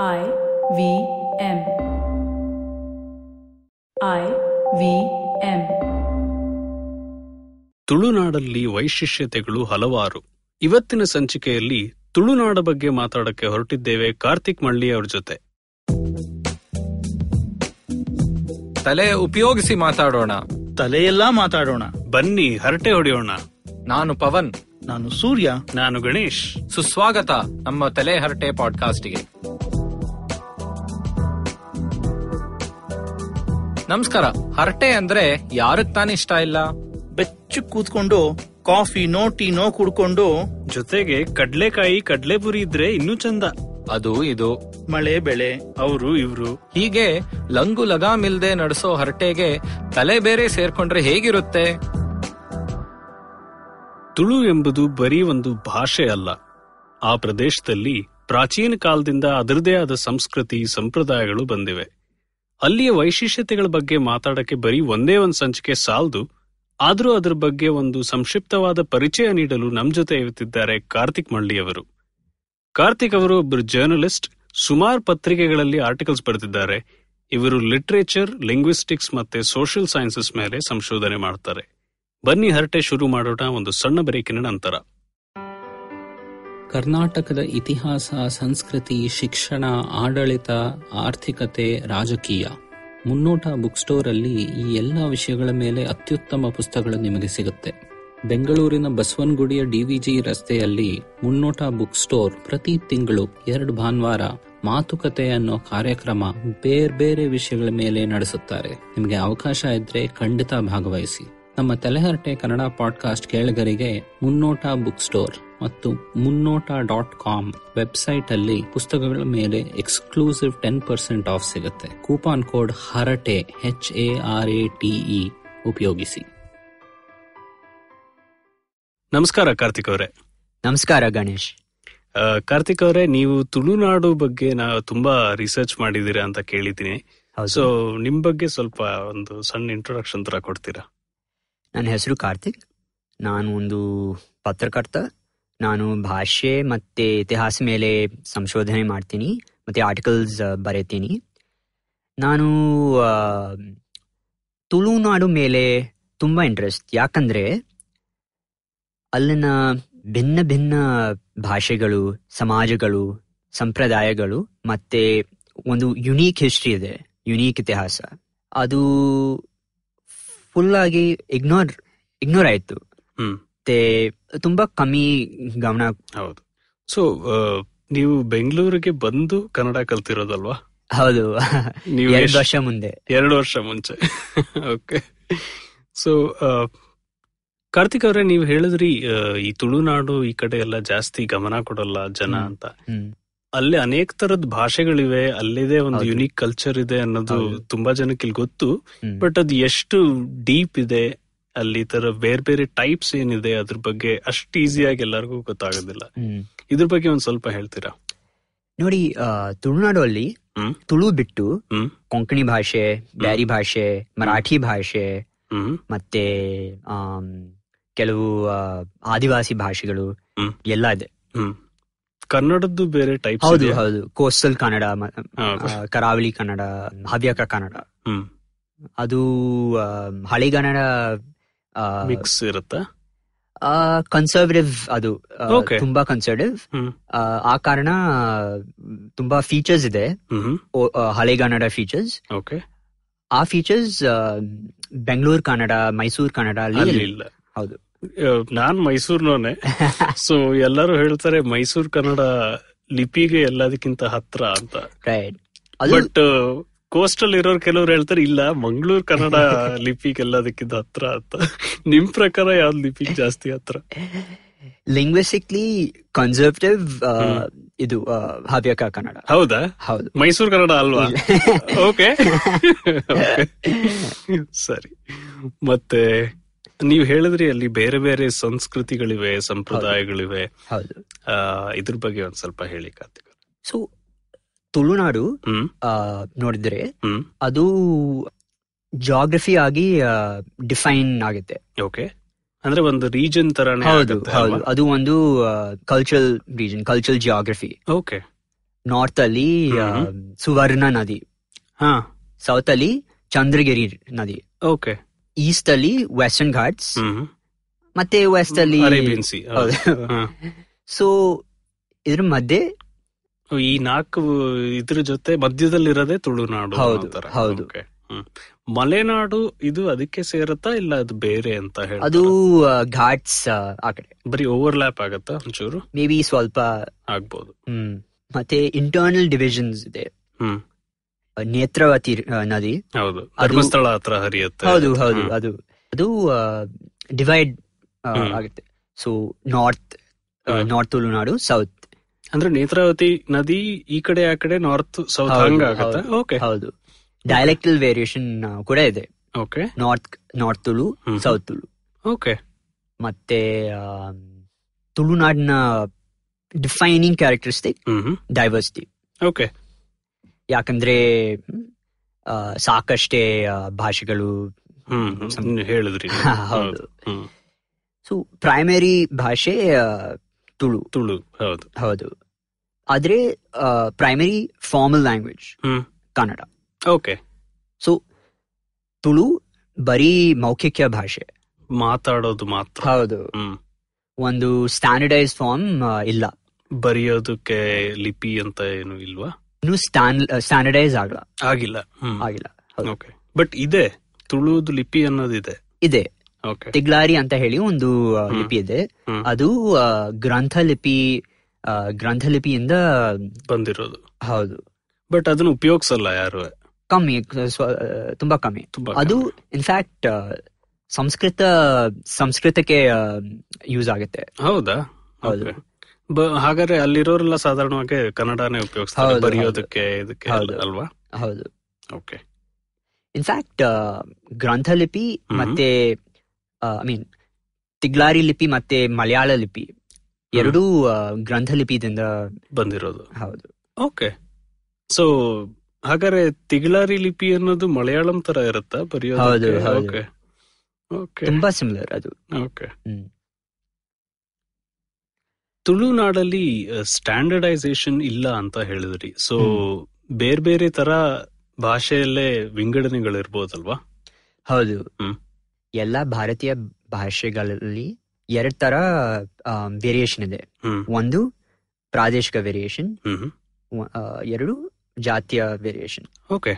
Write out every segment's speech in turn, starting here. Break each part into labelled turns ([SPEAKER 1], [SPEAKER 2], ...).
[SPEAKER 1] I V M I V M
[SPEAKER 2] ತುಳುನಾಡಲ್ಲಿ ವೈಶಿಷ್ಟ್ಯತೆಗಳು ಹಲವಾರು ಇವತ್ತಿನ ಸಂಚಿಕೆಯಲ್ಲಿ ತುಳುನಾಡ ಬಗ್ಗೆ ಮಾತಾಡಕ್ಕೆ ಹೊರಟಿದ್ದೇವೆ ಕಾರ್ತಿಕ್ ಮಳ್ಳಿ ಅವ್ರ ಜೊತೆ
[SPEAKER 3] ತಲೆ ಉಪಯೋಗಿಸಿ ಮಾತಾಡೋಣ
[SPEAKER 4] ತಲೆಯೆಲ್ಲಾ ಮಾತಾಡೋಣ
[SPEAKER 2] ಬನ್ನಿ ಹರಟೆ ಹೊಡೆಯೋಣ
[SPEAKER 3] ನಾನು ಪವನ್
[SPEAKER 4] ನಾನು ಸೂರ್ಯ
[SPEAKER 2] ನಾನು ಗಣೇಶ್
[SPEAKER 3] ಸುಸ್ವಾಗತ ನಮ್ಮ ತಲೆ ಹರಟೆ ಪಾಡ್ಕಾಸ್ಟ್ಗೆ ನಮಸ್ಕಾರ ಹರಟೆ ಅಂದ್ರೆ ಯಾರಕ್ ತಾನೇ ಇಷ್ಟ ಇಲ್ಲ
[SPEAKER 4] ಬೆಚ್ಚು ಕೂತ್ಕೊಂಡು ಕಾಫಿ ನೋ ಟೀನೋ ಕುಡ್ಕೊಂಡು
[SPEAKER 2] ಜೊತೆಗೆ ಕಡ್ಲೆಕಾಯಿ ಕಡ್ಲೆಪುರಿ ಇದ್ರೆ ಇನ್ನೂ ಚಂದ
[SPEAKER 3] ಅದು ಇದು
[SPEAKER 4] ಮಳೆ ಬೆಳೆ
[SPEAKER 2] ಅವರು ಇವ್ರು
[SPEAKER 3] ಹೀಗೆ ಲಂಗು ಲಗಾಮಿಲ್ದೆ ನಡೆಸೋ ಹರಟೆಗೆ ತಲೆ ಬೇರೆ ಸೇರ್ಕೊಂಡ್ರೆ ಹೇಗಿರುತ್ತೆ
[SPEAKER 2] ತುಳು ಎಂಬುದು ಬರೀ ಒಂದು ಭಾಷೆ ಅಲ್ಲ ಆ ಪ್ರದೇಶದಲ್ಲಿ ಪ್ರಾಚೀನ ಕಾಲದಿಂದ ಅದರದೇ ಆದ ಸಂಸ್ಕೃತಿ ಸಂಪ್ರದಾಯಗಳು ಬಂದಿವೆ ಅಲ್ಲಿಯ ವೈಶಿಷ್ಟ್ಯತೆಗಳ ಬಗ್ಗೆ ಮಾತಾಡಕ್ಕೆ ಬರೀ ಒಂದೇ ಒಂದು ಸಂಚಿಕೆ ಸಾಲದು ಆದರೂ ಅದರ ಬಗ್ಗೆ ಒಂದು ಸಂಕ್ಷಿಪ್ತವಾದ ಪರಿಚಯ ನೀಡಲು ನಮ್ಮ ಜೊತೆ ಇರುತ್ತಿದ್ದಾರೆ ಕಾರ್ತಿಕ್ ಮಳ್ಳಿ ಅವರು ಕಾರ್ತಿಕ್ ಅವರು ಒಬ್ಬರು ಜರ್ನಲಿಸ್ಟ್ ಸುಮಾರು ಪತ್ರಿಕೆಗಳಲ್ಲಿ ಆರ್ಟಿಕಲ್ಸ್ ಬರೆದಿದ್ದಾರೆ ಇವರು ಲಿಟ್ರೇಚರ್ ಲಿಂಗ್ವಿಸ್ಟಿಕ್ಸ್ ಮತ್ತೆ ಸೋಷಿಯಲ್ ಸೈನ್ಸಸ್ ಮೇಲೆ ಸಂಶೋಧನೆ ಮಾಡ್ತಾರೆ ಬನ್ನಿ ಹರಟೆ ಶುರು ಮಾಡೋಣ ಒಂದು ಸಣ್ಣ ಬ್ರೇಕಿನ ನಂತರ
[SPEAKER 5] ಕರ್ನಾಟಕದ ಇತಿಹಾಸ ಸಂಸ್ಕೃತಿ ಶಿಕ್ಷಣ ಆಡಳಿತ ಆರ್ಥಿಕತೆ ರಾಜಕೀಯ ಮುನ್ನೋಟ ಬುಕ್ ಸ್ಟೋರ್ ಅಲ್ಲಿ ಈ ಎಲ್ಲ ವಿಷಯಗಳ ಮೇಲೆ ಅತ್ಯುತ್ತಮ ಪುಸ್ತಕಗಳು ನಿಮಗೆ ಸಿಗುತ್ತೆ ಬೆಂಗಳೂರಿನ ಬಸವನಗುಡಿಯ ಡಿವಿಜಿ ರಸ್ತೆಯಲ್ಲಿ ಮುನ್ನೋಟ ಬುಕ್ ಸ್ಟೋರ್ ಪ್ರತಿ ತಿಂಗಳು ಎರಡು ಭಾನುವಾರ ಮಾತುಕತೆ ಅನ್ನೋ ಕಾರ್ಯಕ್ರಮ ಬೇರೆ ಬೇರೆ ವಿಷಯಗಳ ಮೇಲೆ ನಡೆಸುತ್ತಾರೆ ನಿಮಗೆ ಅವಕಾಶ ಇದ್ರೆ ಖಂಡಿತ ಭಾಗವಹಿಸಿ ನಮ್ಮ ತಲೆಹರಟೆ ಕನ್ನಡ ಪಾಡ್ಕಾಸ್ಟ್ ಕೇಳಿಗರಿಗೆ ಮುನ್ನೋಟ ಬುಕ್ ಸ್ಟೋರ್ ಮತ್ತು ಮುನ್ನೋಟ ಡಾಟ್ ಕಾಮ್ ವೆಬ್ಸೈಟ್ ಅಲ್ಲಿ ಪುಸ್ತಕಗಳ ಮೇಲೆ ಎಕ್ಸ್ಕ್ಲೂಸಿವ್ ಟೆನ್ ಪರ್ಸೆಂಟ್ ಆಫ್ ಸಿಗುತ್ತೆ ಕೂಪಾನ್ ಕೋಡ್ ಹರಟೆ H A R A T E E, ಉಪಯೋಗಿಸಿ
[SPEAKER 2] ನಮಸ್ಕಾರ ಕಾರ್ತಿಕ್ ಅವರೇ
[SPEAKER 6] ನಮಸ್ಕಾರ ಗಣೇಶ್
[SPEAKER 2] ಆ, ಕಾರ್ತಿಕ್ ಅವರೇ ನೀವು ತುಳುನಾಡು ಬಗ್ಗೆ ನಾವು ತುಂಬಾ ರಿಸರ್ಚ್ ಮಾಡಿದ್ದೀರಾ ಅಂತ ಕೇಳಿದ್ದೀನಿ ಸೊ
[SPEAKER 6] ಹೌದು
[SPEAKER 2] ನಿಮ್ ಬಗ್ಗೆ ಸ್ವಲ್ಪ ಒಂದು ಸಣ್ಣ ಇಂಟ್ರೊಡಕ್ಷನ್ ತರ ಕೊಡ್ತೀರಾ
[SPEAKER 6] ನನ್ನ ಹೆಸರು ಕಾರ್ತಿಕ್ ನಾನು ಒಂದು ಪತ್ರಕರ್ತ ನಾನು ಭಾಷೆ ಮತ್ತೆ ಇತಿಹಾಸ ಮೇಲೆ ಸಂಶೋಧನೆ ಮಾಡ್ತೀನಿ ಮತ್ತೆ ಆರ್ಟಿಕಲ್ಸ್ ಬರೀತೀನಿ ನಾನು ಆ, ತುಳುನಾಡು ಮೇಲೆ ತುಂಬ ಇಂಟ್ರೆಸ್ಟ್ ಯಾಕಂದರೆ ಅಲ್ಲಿನ ಭಿನ್ನ ಭಿನ್ನ ಭಾಷೆಗಳು ಸಮಾಜಗಳು ಸಂಪ್ರದಾಯಗಳು ಮತ್ತೆ ಒಂದು ಯುನೀಕ್ ಹಿಸ್ಟ್ರಿ ಇದೆ ಯುನೀಕ್ ಇತಿಹಾಸ ಅದು ಫುಲ್ ಆಗಿ ಇಗ್ನೋರ್ ಇಗ್ನೋರ್ ಆಯ್ತು
[SPEAKER 2] ಹ್ಮ್.
[SPEAKER 6] ಮತ್ತೆ ತುಂಬಾ ಕಮ್ಮಿ ಗಮನ
[SPEAKER 2] ಹೌದು ಸೊ ನೀವು ಬೆಂಗಳೂರಿಗೆ ಬಂದು ಕನ್ನಡ ಕಲ್ತಿರೋದಲ್ವಾ
[SPEAKER 6] ಹೌದು
[SPEAKER 2] ನೀವು
[SPEAKER 6] ಎರಡು
[SPEAKER 2] ಎಷ್ಟ್-
[SPEAKER 6] ವರ್ಷ ಮುಂದೆ
[SPEAKER 2] ಎರಡು ವರ್ಷ ಮುಂಚೆ ಓಕೆ ಸೊ ಕಾರ್ತಿಕ್ ಅವರೇ ನೀವು ಹೇಳಿದ್ರಿ ಆ, ಈ ತುಳುನಾಡು ಈ ಕಡೆ ಎಲ್ಲ ಜಾಸ್ತಿ ಗಮನ ಕೊಡಲ್ಲ ಜನ
[SPEAKER 6] ಹ್ಮ್.
[SPEAKER 2] ಅಂತ
[SPEAKER 6] ಹ್ಮ್.
[SPEAKER 2] ಅಲ್ಲಿ ಅನೇಕ ತರದ ಭಾಷೆಗಳಿವೆ ಅಲ್ಲಿದೆ ಒಂದು
[SPEAKER 6] ಹೌದು.
[SPEAKER 2] ಯುನೀಕ್ ಕಲ್ಚರ್ ಇದೆ ಅನ್ನೋದು
[SPEAKER 6] ಹೌದು.
[SPEAKER 2] ತುಂಬಾ ಜನಕ್ಕೆ ಇಲ್ಲಿ ಗೊತ್ತು
[SPEAKER 6] ಹ್ಮ್.
[SPEAKER 2] ಬಟ್ ಅದು ಎಷ್ಟು ಡೀಪ್ ಇದೆ ಅಲ್ಲಿ ಈ ತರ ಬೇರೆ ಬೇರೆ ಟೈಪ್ಸ್ ಏನಿದೆ ಅದ್ರ ಬಗ್ಗೆ ಅಷ್ಟು ಈಸಿಯಾಗಿ ಎಲ್ಲರಿಗೂ ಗೊತ್ತಾಗೋದಿಲ್ಲ
[SPEAKER 6] ಹ್ಮ್.
[SPEAKER 2] ಇದ್ರ ಬಗ್ಗೆ ಒಂದ್ ಸ್ವಲ್ಪ ಹೇಳ್ತೀರಾ
[SPEAKER 6] ನೋಡಿ ಆ, ತುಳುನಾಡು ಅಲ್ಲಿ
[SPEAKER 2] ಹ್ಮ್.
[SPEAKER 6] ತುಳು ಬಿಟ್ಟು
[SPEAKER 2] ಹ್ಮ್.
[SPEAKER 6] ಕೊಂಕಣಿ ಭಾಷೆ ಬ್ಯಾರಿ ಭಾಷೆ ಮರಾಠಿ ಭಾಷೆ
[SPEAKER 2] ಹ್ಮ್
[SPEAKER 6] ಮತ್ತೆ ಆಮ್, ಕೆಲವು ಆ, ಆದಿವಾಸಿ ಭಾಷೆಗಳು
[SPEAKER 2] ಹ್ಮ್.
[SPEAKER 6] ಎಲ್ಲ ಇದೆ
[SPEAKER 2] ಹ್ಮ್ ಕನ್ನಡದ್ದು ಬೇರೆ ಟೈಪ್ಸ್
[SPEAKER 6] ಹೌದು ಹೌದು ಕೋಸ್ಟಲ್ ಕನ್ನಡ ಮ- ಆ, ಕರಾವಳಿ ಕನ್ನಡ ಹವ್ಯಕ ಕನ್ನಡ
[SPEAKER 2] ಹ್ಮ್
[SPEAKER 6] ಅದು ಆ, ಹಳೆಗನ್ನಡ
[SPEAKER 2] ಮಿಕ್ಸ್ ಇರುತ್ತಾ
[SPEAKER 6] ಕನ್ಸರ್ವೇಟಿವ್ ಅದು ಆ,
[SPEAKER 2] Okay.
[SPEAKER 6] ತುಂಬಾ ಕನ್ಸರ್ವೇಟಿವ್
[SPEAKER 2] ಹ್ಮ್.
[SPEAKER 6] ಆ ಕಾರಣ ಆ, ತುಂಬಾ ಫೀಚರ್ಸ್ ಇದೆ
[SPEAKER 2] ಹ್ಮ್
[SPEAKER 6] ಓ- ಆ, ಹಳೆಗನ್ನಡ ಫೀಚರ್ಸ್
[SPEAKER 2] ಓಕೆ
[SPEAKER 6] ಆ ಫೀಚರ್ಸ್ ಬೆಂಗಳೂರು ಕನ್ನಡ ಮೈಸೂರು ಕನ್ನಡ
[SPEAKER 2] ಅಲ್ಲಿ
[SPEAKER 6] ಅಲ್ಲಿ
[SPEAKER 2] ಇಲ್ಲ
[SPEAKER 6] ಹೌದು.
[SPEAKER 2] ಆ, ನಾನ್ ಮೈಸೂರ್ನೋನೆ ಸೊ ಎಲ್ಲರೂ ಹೇಳ್ತಾರೆ ಮೈಸೂರ್ ಕನ್ನಡ ಲಿಪಿಗೆ ಎಲ್ಲದಕ್ಕಿಂತ ಹತ್ರ ಅಂತ
[SPEAKER 6] ರೈಟ್ ಅದು
[SPEAKER 2] ಬಟ್ ಕೋಸ್ಟಲ್ ಇರೋರು ಕೆಲವ್ರು ಹೇಳ್ತಾರೆ ಇಲ್ಲ ಮಂಗಳೂರು ಕನ್ನಡ ಲಿಪಿಗೆ ಎಲ್ಲದಕ್ಕಿಂತ ಹತ್ರ ಅಂತ ನಿಮ್ ಪ್ರಕಾರ ಯಾವ್ದು ಲಿಪಿಗೆ ಜಾಸ್ತಿ ಹತ್ರ
[SPEAKER 6] ಲಿಂಗ್ವಿಸ್ಟಿಕ್ಲಿ ಕನ್ಸರ್ವೇಟಿವ್
[SPEAKER 2] ಹ್ಮ್.
[SPEAKER 6] ಇದು ಆ, ಹವ್ಯಕ ಕನ್ನಡ
[SPEAKER 2] ಹೌದಾ
[SPEAKER 6] ಹೌದು
[SPEAKER 2] ಮೈಸೂರು ಕನ್ನಡ ಅಲ್ವಾ
[SPEAKER 6] ಇಲ್ಲ.
[SPEAKER 2] ಓಕೆ ಸರಿ ಮತ್ತೆ ನೀವು ಹೇಳಿದ್ರಿ ಅಲ್ಲಿ ಬೇರೆ ಬೇರೆ ಸಂಸ್ಕೃತಿಗಳಿವೆ ಸಂಪ್ರದಾಯಗಳಿವೆ
[SPEAKER 6] ಹೌದು
[SPEAKER 2] ಆ, ಇದ್ರ ಬಗ್ಗೆ ಒಂದ್ ಸ್ವಲ್ಪ ಹೇಳಿ ಕಾರ್ತಿಕ್ ಅವ್ರೆ.
[SPEAKER 6] ಸೊ ತುಳುನಾಡು
[SPEAKER 2] ಹ್ಮ್
[SPEAKER 6] ಆ, ನೋಡಿದ್ರೆ
[SPEAKER 2] ಹ್ಮ್
[SPEAKER 6] ಅದು ಜಾಗ್ರಫಿ ಆಗಿ ಡಿಫೈನ್ ಆಗುತ್ತೆ
[SPEAKER 2] ಓಕೆ ಅಂದ್ರೆ ಒಂದು ರೀಜನ್ ತರಾನೇ
[SPEAKER 6] ಹೌದು
[SPEAKER 2] ಆಗುತ್ತೆ
[SPEAKER 6] ಹೌದು
[SPEAKER 2] ಅಲ್ವಾ?
[SPEAKER 6] ಅದು ಒಂದು cultural region cultural geography
[SPEAKER 2] okay
[SPEAKER 6] north ಅಲ್ಲಿ ಆ, ಸುವರ್ಣ ನದಿ
[SPEAKER 2] ಹಾ
[SPEAKER 6] ಸೌತ್ ಅಲ್ಲಿ ಚಂದ್ರಗಿರಿ ನದಿ
[SPEAKER 2] ಓಕೆ
[SPEAKER 6] ಈಸ್ಟ್ ಅಲ್ಲಿ ವೆಸ್ಟರ್ನ್ ಘಾಟ್ಸ್
[SPEAKER 2] ಹ್ಮ್
[SPEAKER 6] ಮತ್ತೆ ವೆಸ್ಟ್ ಅಲ್ಲಿ
[SPEAKER 2] ಅರೇಬಿಯನ್ ಸಿ ಹೌದು. ಹಾ.
[SPEAKER 6] ಸೊ ಇದ್ರ ಮಧ್ಯೆ
[SPEAKER 2] ಈ ನಾಲ್ಕು ಇದ್ರ ಜೊತೆ ಮಧ್ಯದಲ್ಲಿರೋದೇ ತುಳುನಾಡು ಅನ್ನೋ
[SPEAKER 6] ಹೌದು,
[SPEAKER 2] ಥರ.
[SPEAKER 6] ಹೌದು.
[SPEAKER 2] Okay. ಹ್ಮ್. ಮಲೆನಾಡು ಇದು ಅದಕ್ಕೆ ಸೇರತ್ತಾ ಇಲ್ಲ ಅದು ಬೇರೆ ಅಂತ ಹೇಳಿ
[SPEAKER 6] ಅದು ಘಾಟ್ಸ್ ಆ ಕಡೆ
[SPEAKER 2] ಬರೀ ಓವರ್ಲ್ಯಾಪ್ ಆಗತ್ತಾ ಒಂಚೂರು
[SPEAKER 6] ಮೇ ಬಿ ಸ್ವಲ್ಪ
[SPEAKER 2] ಆಗ್ಬೋದು
[SPEAKER 6] ಹ್ಮ್ ಮತ್ತೆ ಇಂಟರ್ನಲ್ ಡಿವಿಷನ್ಸ್ ಇದೆ
[SPEAKER 2] ಹ್ಮ್
[SPEAKER 6] ನೇತ್ರಾವತಿ ಆ, ನದಿ
[SPEAKER 2] ಹೌದು ಧರ್ಮಸ್ಥಳ ಹತ್ರ ಹರಿಯುತ್ತೆ
[SPEAKER 6] ಹೌದು ಹೌದು
[SPEAKER 2] ಹ್ಮ್.
[SPEAKER 6] ಅದು ಅದು ಡಿವೈಡ್
[SPEAKER 2] ಹ್ಮ್.
[SPEAKER 6] ಆಗುತ್ತೆ ಸೊ ನಾರ್ತ್
[SPEAKER 2] ಹ್ಮ್.
[SPEAKER 6] ನಾರ್ತ್ ತುಳುನಾಡು ಸೌತ್
[SPEAKER 2] ಅಂದ್ರೆ ನೇತ್ರಾವತಿ ನದಿ ಈ ಕಡೆ ಆ ಕಡೆ ನಾರ್ತ್ ಸೌತ್ ಹಂಗ ಆಗತ್ತ ಓಕೆ
[SPEAKER 6] ಹೌದು ಡೈಲೆಕ್ಟಲ್ ವೇರಿಯೇಷನ್ ಕೂಡ ಇದೆ
[SPEAKER 2] ಓಕೆ
[SPEAKER 6] ನಾರ್ತ್ ನಾರ್ತ್ ತುಳು
[SPEAKER 2] ಹ್ಮ್.
[SPEAKER 6] ಸೌತ್ ತುಳು
[SPEAKER 2] ಓಕೆ
[SPEAKER 6] ಮತ್ತೆ ಆ, ತುಳುನಾಡಿನ ಡಿಫೈನಿಂಗ್ ಕ್ಯಾರೆಕ್ಟರಿಸ್ಟಿಕ್
[SPEAKER 2] ಹ್ಮ್
[SPEAKER 6] ಡೈವರ್ಸಿಟಿ
[SPEAKER 2] ಓಕೆ
[SPEAKER 6] ಯಾಕಂದ್ರೆ ಆ, ಸಾಕಷ್ಟೇ ಆ, ಭಾಷೆಗಳು
[SPEAKER 2] ಹ್ಮ್ ನೀವ್ ಹೇಳಿದ್ರಿ ನೀವು.
[SPEAKER 6] ಹಾ, ಹೌದು.
[SPEAKER 2] ಹ್ಮ್.
[SPEAKER 6] ಸೊ ಪ್ರೈಮರಿ ಭಾಷೆ ಆ, ತುಳು
[SPEAKER 2] ತುಳು ಹೌದು
[SPEAKER 6] ಹೌದು ಆದ್ರೆ ಪ್ರೈಮರಿ ಫಾರ್ಮಲ್ ಲ್ಯಾಂಗ್ವೇಜ್
[SPEAKER 2] ಹ್ಮ್
[SPEAKER 6] ಕನ್ನಡ
[SPEAKER 2] ಓಕೆ
[SPEAKER 6] ಸೊ ತುಳು ಬರೀ ಮೌಖಿಕ ಭಾಷೆ
[SPEAKER 2] ಮಾತಾಡೋದು ಮಾತ್ರ
[SPEAKER 6] ಹೌದು
[SPEAKER 2] ಹ್ಮ್
[SPEAKER 6] ಒಂದು ಸ್ಟ್ಯಾಂಡರ್ಡೈಸ್ ಫಾರ್ಮ್ ಇಲ್ಲ
[SPEAKER 2] ಬರೆಯೋದಕ್ಕೆ ಲಿಪಿ ಅಂತ ಏನು ಇಲ್ವಾ
[SPEAKER 6] ಇನ್ನು ಸ್ಟ್ಯಾಂಡರ್ಡೈಸ್ ಆಗಲ್ಲ
[SPEAKER 2] ಆಗಿಲ್ಲ ಹ್ಮ್
[SPEAKER 6] ಆಗಿಲ್ಲ ಹೌದು.
[SPEAKER 2] ಓಕೆ ಬಟ್ ಇದೆ ತುಳುದು ಲಿಪಿ ಅನ್ನೋದಿದೆ
[SPEAKER 6] ಇದೆ
[SPEAKER 2] ಓಕೆ
[SPEAKER 6] ತಿಗ್ಲಾರಿ ಅಂತ ಹೇಳಿ ಒಂದು ಆ,
[SPEAKER 2] ಹ್ಮ್.
[SPEAKER 6] ಲಿಪಿ ಇದೆ
[SPEAKER 2] ಹ್ಮ್.
[SPEAKER 6] ಅದು ಆ, ಗ್ರಂಥ ಲಿಪಿ ಆ, ಗ್ರಂಥ ಲಿಪಿಯಿಂದ
[SPEAKER 2] ಬಂದಿರೋದು
[SPEAKER 6] ಹೌದು
[SPEAKER 2] ಬಟ್ ಅದನ್ನ ಉಪಯೋಗಿಸಲ್ಲ ಯಾರು
[SPEAKER 6] ಕಮ್ಮಿ ಸ್ವ- ಆ, ತುಂಬಾ ಕಮ್ಮಿ
[SPEAKER 2] ತುಂಬಾ
[SPEAKER 6] ಅದು ಇನ್ಫ್ಯಾಕ್ಟ್ ಸಂಸ್ಕೃತ ಸಂಸ್ಕೃತಕ್ಕೆ ಯೂಸ್ ಆಗುತ್ತೆ
[SPEAKER 2] ಹೌದಾ
[SPEAKER 6] ಹೌದು.
[SPEAKER 2] Okay. ಬ- ಹಾಗಾದ್ರೆ ಅಲ್ಲಿರೋರೆಲ್ಲ ಸಾಧಾರಣವಾಗಿ ಕನ್ನಡನೇ ಉಪಯೋಗಿಸ್ತಾರೆ
[SPEAKER 6] ಹೌದು,
[SPEAKER 2] ಬರೆಯೋದಕ್ಕೆ ಇದಕ್ಕೆ ಎಲ್ಲ,
[SPEAKER 6] ಹೌದು.
[SPEAKER 2] ಅಲ್ವಾ
[SPEAKER 6] ಹೌದು
[SPEAKER 2] ಓಕೆ
[SPEAKER 6] ಇನ್ಫ್ಯಾಕ್ಟ್ ಗ್ರಂಥ ಲಿಪಿ
[SPEAKER 2] ಹ್ಮ್.
[SPEAKER 6] ಮತ್ತೆ ಐ ಮೀನ್ ತಿಗ್ಲಾರಿ ಲಿಪಿ ಮತ್ತೆ ಮಲಯಾಳ ಲಿಪಿ ಎರಡೂ ಆ, ಗ್ರಂಥ ಲಿಪಿದಿಂದ
[SPEAKER 2] ಬಂದಿರೋದು
[SPEAKER 6] ಹೌದು
[SPEAKER 2] ಓಕೆ ಸೊ ಹಾಗಾದ್ರೆ ತಿಗಳಾರಿ ಲಿಪಿ ಅನ್ನೋದು ಮಲಯಾಳಂ ತರ ಇರುತ್ತಾ
[SPEAKER 6] ಹೌದು,
[SPEAKER 2] ಬರೆಯೋದು
[SPEAKER 6] ಹೌದು.
[SPEAKER 2] ಓಕೆ ಓಕೆ
[SPEAKER 6] ತುಂಬಾ ಸಿಮಿಲರ್ ಅದು
[SPEAKER 2] ಓಕೆ
[SPEAKER 6] ಹ್ಮ್.
[SPEAKER 2] ತುಳುನಾಡಲ್ಲಿ ಸ್ಟ್ಯಾಂಡರ್ಡೈಸೇಷನ್ ಇಲ್ಲ ಅಂತ ಹೇಳಿದ್ರಿ ಸೊ ಬೇರೆ ಬೇರೆ ತರ ಭಾಷೆಯಲ್ಲೇ ವಿಂಗಡಣೆಗಳಿರ್ಬೋದಲ್ವಾ
[SPEAKER 6] ಹೌದು
[SPEAKER 2] ಹ್ಮ್.
[SPEAKER 6] ಎಲ್ಲ ಭಾರತೀಯ ಭಾಷೆಗಳಲ್ಲಿ ಎರಡ್ ತರ ವೇರಿಯೇಷನ್ ಇದೆ
[SPEAKER 2] ಹ್ಮ್
[SPEAKER 6] ಒಂದು ಪ್ರಾದೇಶಿಕ ವೇರಿಯೇಷನ್
[SPEAKER 2] ಹ್ಮ್ ಹ್ಮ್.
[SPEAKER 6] ಎರಡು ಜಾತಿಯ variation
[SPEAKER 2] okay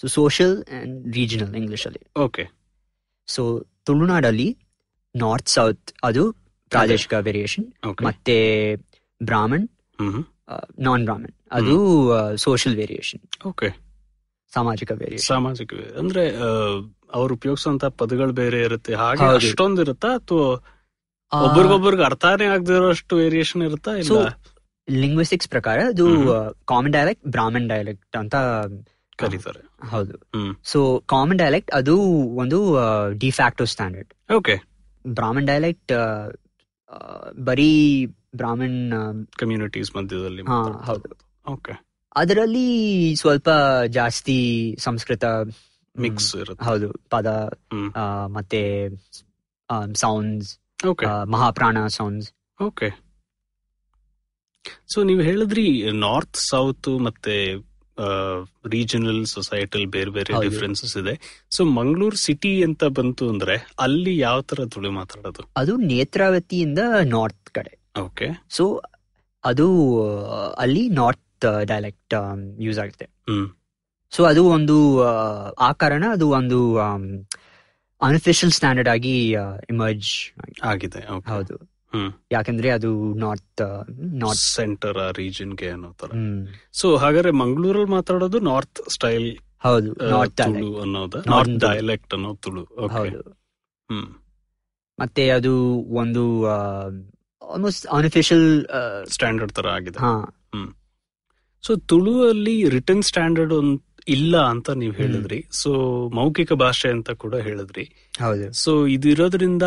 [SPEAKER 6] so social and regional English ಅಲ್ಲಿ
[SPEAKER 2] ಓಕೆ
[SPEAKER 6] ಸೊ ತುಳುನಾಡಲ್ಲಿ ನಾರ್ತ್ ಸೌತ್ ಅದು ಪ್ರಾದೇಶಿಕ ವೇರಿಯೇಷನ್
[SPEAKER 2] ಓಕೆ
[SPEAKER 6] ಮತ್ತೆ ಬ್ರಾಹ್ಮಣ್
[SPEAKER 2] ಹ್ಮ್ ಹ್ಮ್.
[SPEAKER 6] ನಾನ್ ಬ್ರಾಹ್ಮಣ್ ಅದು ಸೋಷಿಯಲ್ ವೇರಿಯೇಷನ್
[SPEAKER 2] ಓಕೆ
[SPEAKER 6] ಸಾಮಾಜಿಕ ವೇರಿಯೇಷನ್
[SPEAKER 2] ಸಾಮಾಜಿಕ ವೇ- ಅಂದ್ರೆ ಅವ್ರು ಉಪಯೋಗಿಸುವಂತ ಪದಗಳು ಬೇರೆ ಇರುತ್ತೆ ಹಾಗೆ
[SPEAKER 6] ಹೌದು.
[SPEAKER 2] ಅಷ್ಟೊಂದು ಇರುತ್ತಾ ಅಥವಾ ಒಬ್ರಿಗೊಬ್ರಿಗೆ ಅರ್ಥಾನೇ ಆಗದಿರೋಷ್ಟು ವೇರಿಯೇಷನ್ ಇರುತ್ತಾ
[SPEAKER 6] ಸೊ
[SPEAKER 2] ಇಲ್ಲ
[SPEAKER 6] ಲಿಂಗ್ವಿಸ್ಟಿಕ್ಸ್ ಪ್ರಕಾರ ಅದು
[SPEAKER 2] ಹ್ಮ್.
[SPEAKER 6] ಕಾಮನ್ ಡೈಲೆಕ್ಟ್ ಬ್ರಾಹ್ಮಣ್ ಡೈಲೆಕ್ಟ್ ಅಂತ
[SPEAKER 2] ಕರೀತಾರೆ
[SPEAKER 6] ಹೌದು
[SPEAKER 2] ಹ್ಮ್.
[SPEAKER 6] ಸೊ ಕಾಮನ್ ಡೈಲೆಕ್ಟ್ ಅದು ಒಂದು de facto standard
[SPEAKER 2] okay
[SPEAKER 6] Brahmin dialect ಬರೀ ಬ್ರಾಹ್ಮಣ್ ಆ,
[SPEAKER 2] ಕಮ್ಯುನಿಟೀಸ್ ಮಧ್ಯದಲ್ಲಿ
[SPEAKER 6] ಹಾ,
[SPEAKER 2] ಮಾತಾಡ್ತಾರೆ.
[SPEAKER 6] ಹೌದು.
[SPEAKER 2] ಓಕೆ
[SPEAKER 6] ಅದರಲ್ಲಿ ಸ್ವಲ್ಪ ಜಾಸ್ತಿ ಸಂಸ್ಕೃತ ಹ್ಮ್,
[SPEAKER 2] ಮಿಕ್ಸ್ ಇರುತ್ತೆ
[SPEAKER 6] ಹೌದು ಪದ
[SPEAKER 2] ಹ್ಮ್.
[SPEAKER 6] ಆ, ಮತ್ತೆ ಸೌಂಡ್ಸ್
[SPEAKER 2] ಓಕೆ
[SPEAKER 6] ಮಹಾಪ್ರಾಣ ಸೌಂಡ್ಸ್
[SPEAKER 2] ಓಕೆ ಸೊ ನೀವು ಹೇಳಿದ್ರಿ ನಾರ್ತ್ ಸೌತ್ ಮತ್ತೆ ರೀಜನಲ್ ಸೊಸೈಟಲ್ ಬೇರೆ ಬೇರೆ
[SPEAKER 6] ಹೌದು.
[SPEAKER 2] ಡಿಫ್ರೆನ್ಸಸ್ ಇದೆ ಸೊ ಮಂಗಳೂರು ಸಿಟಿ ಅಂತ ಬಂತು ಅಂದ್ರೆ ಅಲ್ಲಿ ಯಾವ ತರ ತುಳು ಮಾತಾಡೋದು
[SPEAKER 6] ಅದು ನೇತ್ರಾವತಿಯಿಂದ ನಾರ್ತ್ ಕಡೆ
[SPEAKER 2] ಓಕೆ
[SPEAKER 6] ಸೊ ಅದು ಆ, ಅಲ್ಲಿ ನಾರ್ತ್ ಡೈಲೆಕ್ಟ್ ಯೂಸ್ ಆಗುತ್ತೆ
[SPEAKER 2] ಹ್ಮ್
[SPEAKER 6] ಸೊ ಅದು ಒಂದು ಆ, ಆ ಕಾರಣ ಅದು ಒಂದು ಅನ್ಫಿಷಿಯಲ್ ಸ್ಟ್ಯಾಂಡರ್ಡ್ ಆಗಿ ಇಮರ್ಜ್
[SPEAKER 2] ಆಗಿದೆ ಓಕೆ
[SPEAKER 6] ಹೌದು
[SPEAKER 2] ಹ್ಮ್.
[SPEAKER 6] ಯಾಕಂದ್ರೆ ಅದು ನಾರ್ತ್ ನಾರ್ತ್
[SPEAKER 2] ಸೆಂಟರ್ ಆ ರೀಜನ್ ಗೆ ಅನ್ನೋ ತರ ಸೊ ಹಾಗಾದ್ರೆ ಮಂಗಳೂರಲ್ಲಿ ಮಾತಾಡೋದು ನಾರ್ತ್ ಸ್ಟೈಲ್
[SPEAKER 6] ಹೌದು ನಾರ್ತ್
[SPEAKER 2] ತುಳು
[SPEAKER 6] dialect.
[SPEAKER 2] ಅನ್ನೋದ
[SPEAKER 6] Northern
[SPEAKER 2] ನಾರ್ತ್
[SPEAKER 6] ತುಳು.
[SPEAKER 2] ಡೈಲೆಕ್ಟ್ ಅನ್ನೋ ತುಳು ಓಕೆ
[SPEAKER 6] ಹೌದು
[SPEAKER 2] ಹ್ಮ್
[SPEAKER 6] ಮತ್ತೆ ಅದು ಒಂದು ಆಲ್ಮೋಸ್ಟ್ ಅನ್ಫಿಷಿಯಲ್
[SPEAKER 2] ಸ್ಟ್ಯಾಂಡರ್ಡ್ ತರ ಆಗಿದೆ
[SPEAKER 6] ಹಾ
[SPEAKER 2] ಸೊ ತುಳುವಲ್ಲಿ ರಿಟರ್ನ್ ಸ್ಟ್ಯಾಂಡರ್ಡ್ ಇಲ್ಲ ಅಂತ ನೀವು ಹೇಳಿದ್ರಿ ಸೊ ಮೌಖಿಕ ಭಾಷೆ ಅಂತ ಕೂಡ ಹೇಳಿದ್ರಿ
[SPEAKER 6] ಹೌದು
[SPEAKER 2] ಸೊ ಇದಿರೋದ್ರಿಂದ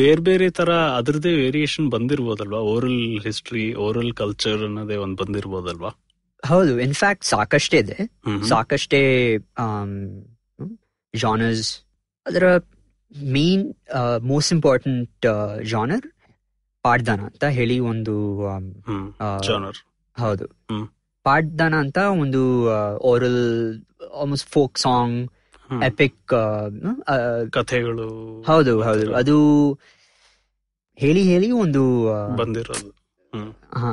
[SPEAKER 2] ಬೇರೆ ಬೇರೆ ತರ ಅದ್ರದೇ ವೇರಿಯೇಷನ್ ಬಂದಿರ್ಬೋದಲ್ವಾ ಓರಲ್ ಹಿಸ್ಟ್ರಿ ಓರಲ್ ಕಲ್ಚರ್ ಅನ್ನೋದೇ ಒಂದ್ ಬಂದಿರ್ಬೋದಲ್ವಾ
[SPEAKER 6] ಹೌದು ಇನ್ಫ್ಯಾಕ್ಟ್ ಸಾಕಷ್ಟೇ ಇದೆ
[SPEAKER 2] ಹ್ಮ್.
[SPEAKER 6] ಸಾಕಷ್ಟೇ ಜಾನರ್ಸ್ ಅದರ ಮೇನ್ ಮೋಸ್ಟ್ ಇಂಪಾರ್ಟೆಂಟ್ ಜಾನರ್ ಪಾಡ್ದಾನ ಅಂತ ಹೇಳಿ ಒಂದು ಆಮ್,
[SPEAKER 2] ಹ್ಮ್
[SPEAKER 6] ಆ,
[SPEAKER 2] ಜಾನರ್
[SPEAKER 6] ಹೌದು
[SPEAKER 2] ಹ್ಮ್.
[SPEAKER 6] ಪಾಡ್ದಾನ ಅಂತ ಒಂದು ಓರಲ್ ಆಲ್ಮೋಸ್ಟ್ ಫೋಕ್ ಸಾಂಗ್
[SPEAKER 2] ಹ್ಮ್.
[SPEAKER 6] ಎಪಿಕ್
[SPEAKER 2] ಕಥೆಗಳು
[SPEAKER 6] ಹೌದು ಹೌದು ಅದು ಹೇಳಿ ಹೇಳಿ ಒಂದು ಆ,
[SPEAKER 2] ಬಂದಿರೋದು ಹ್ಮ್
[SPEAKER 6] ಹಾ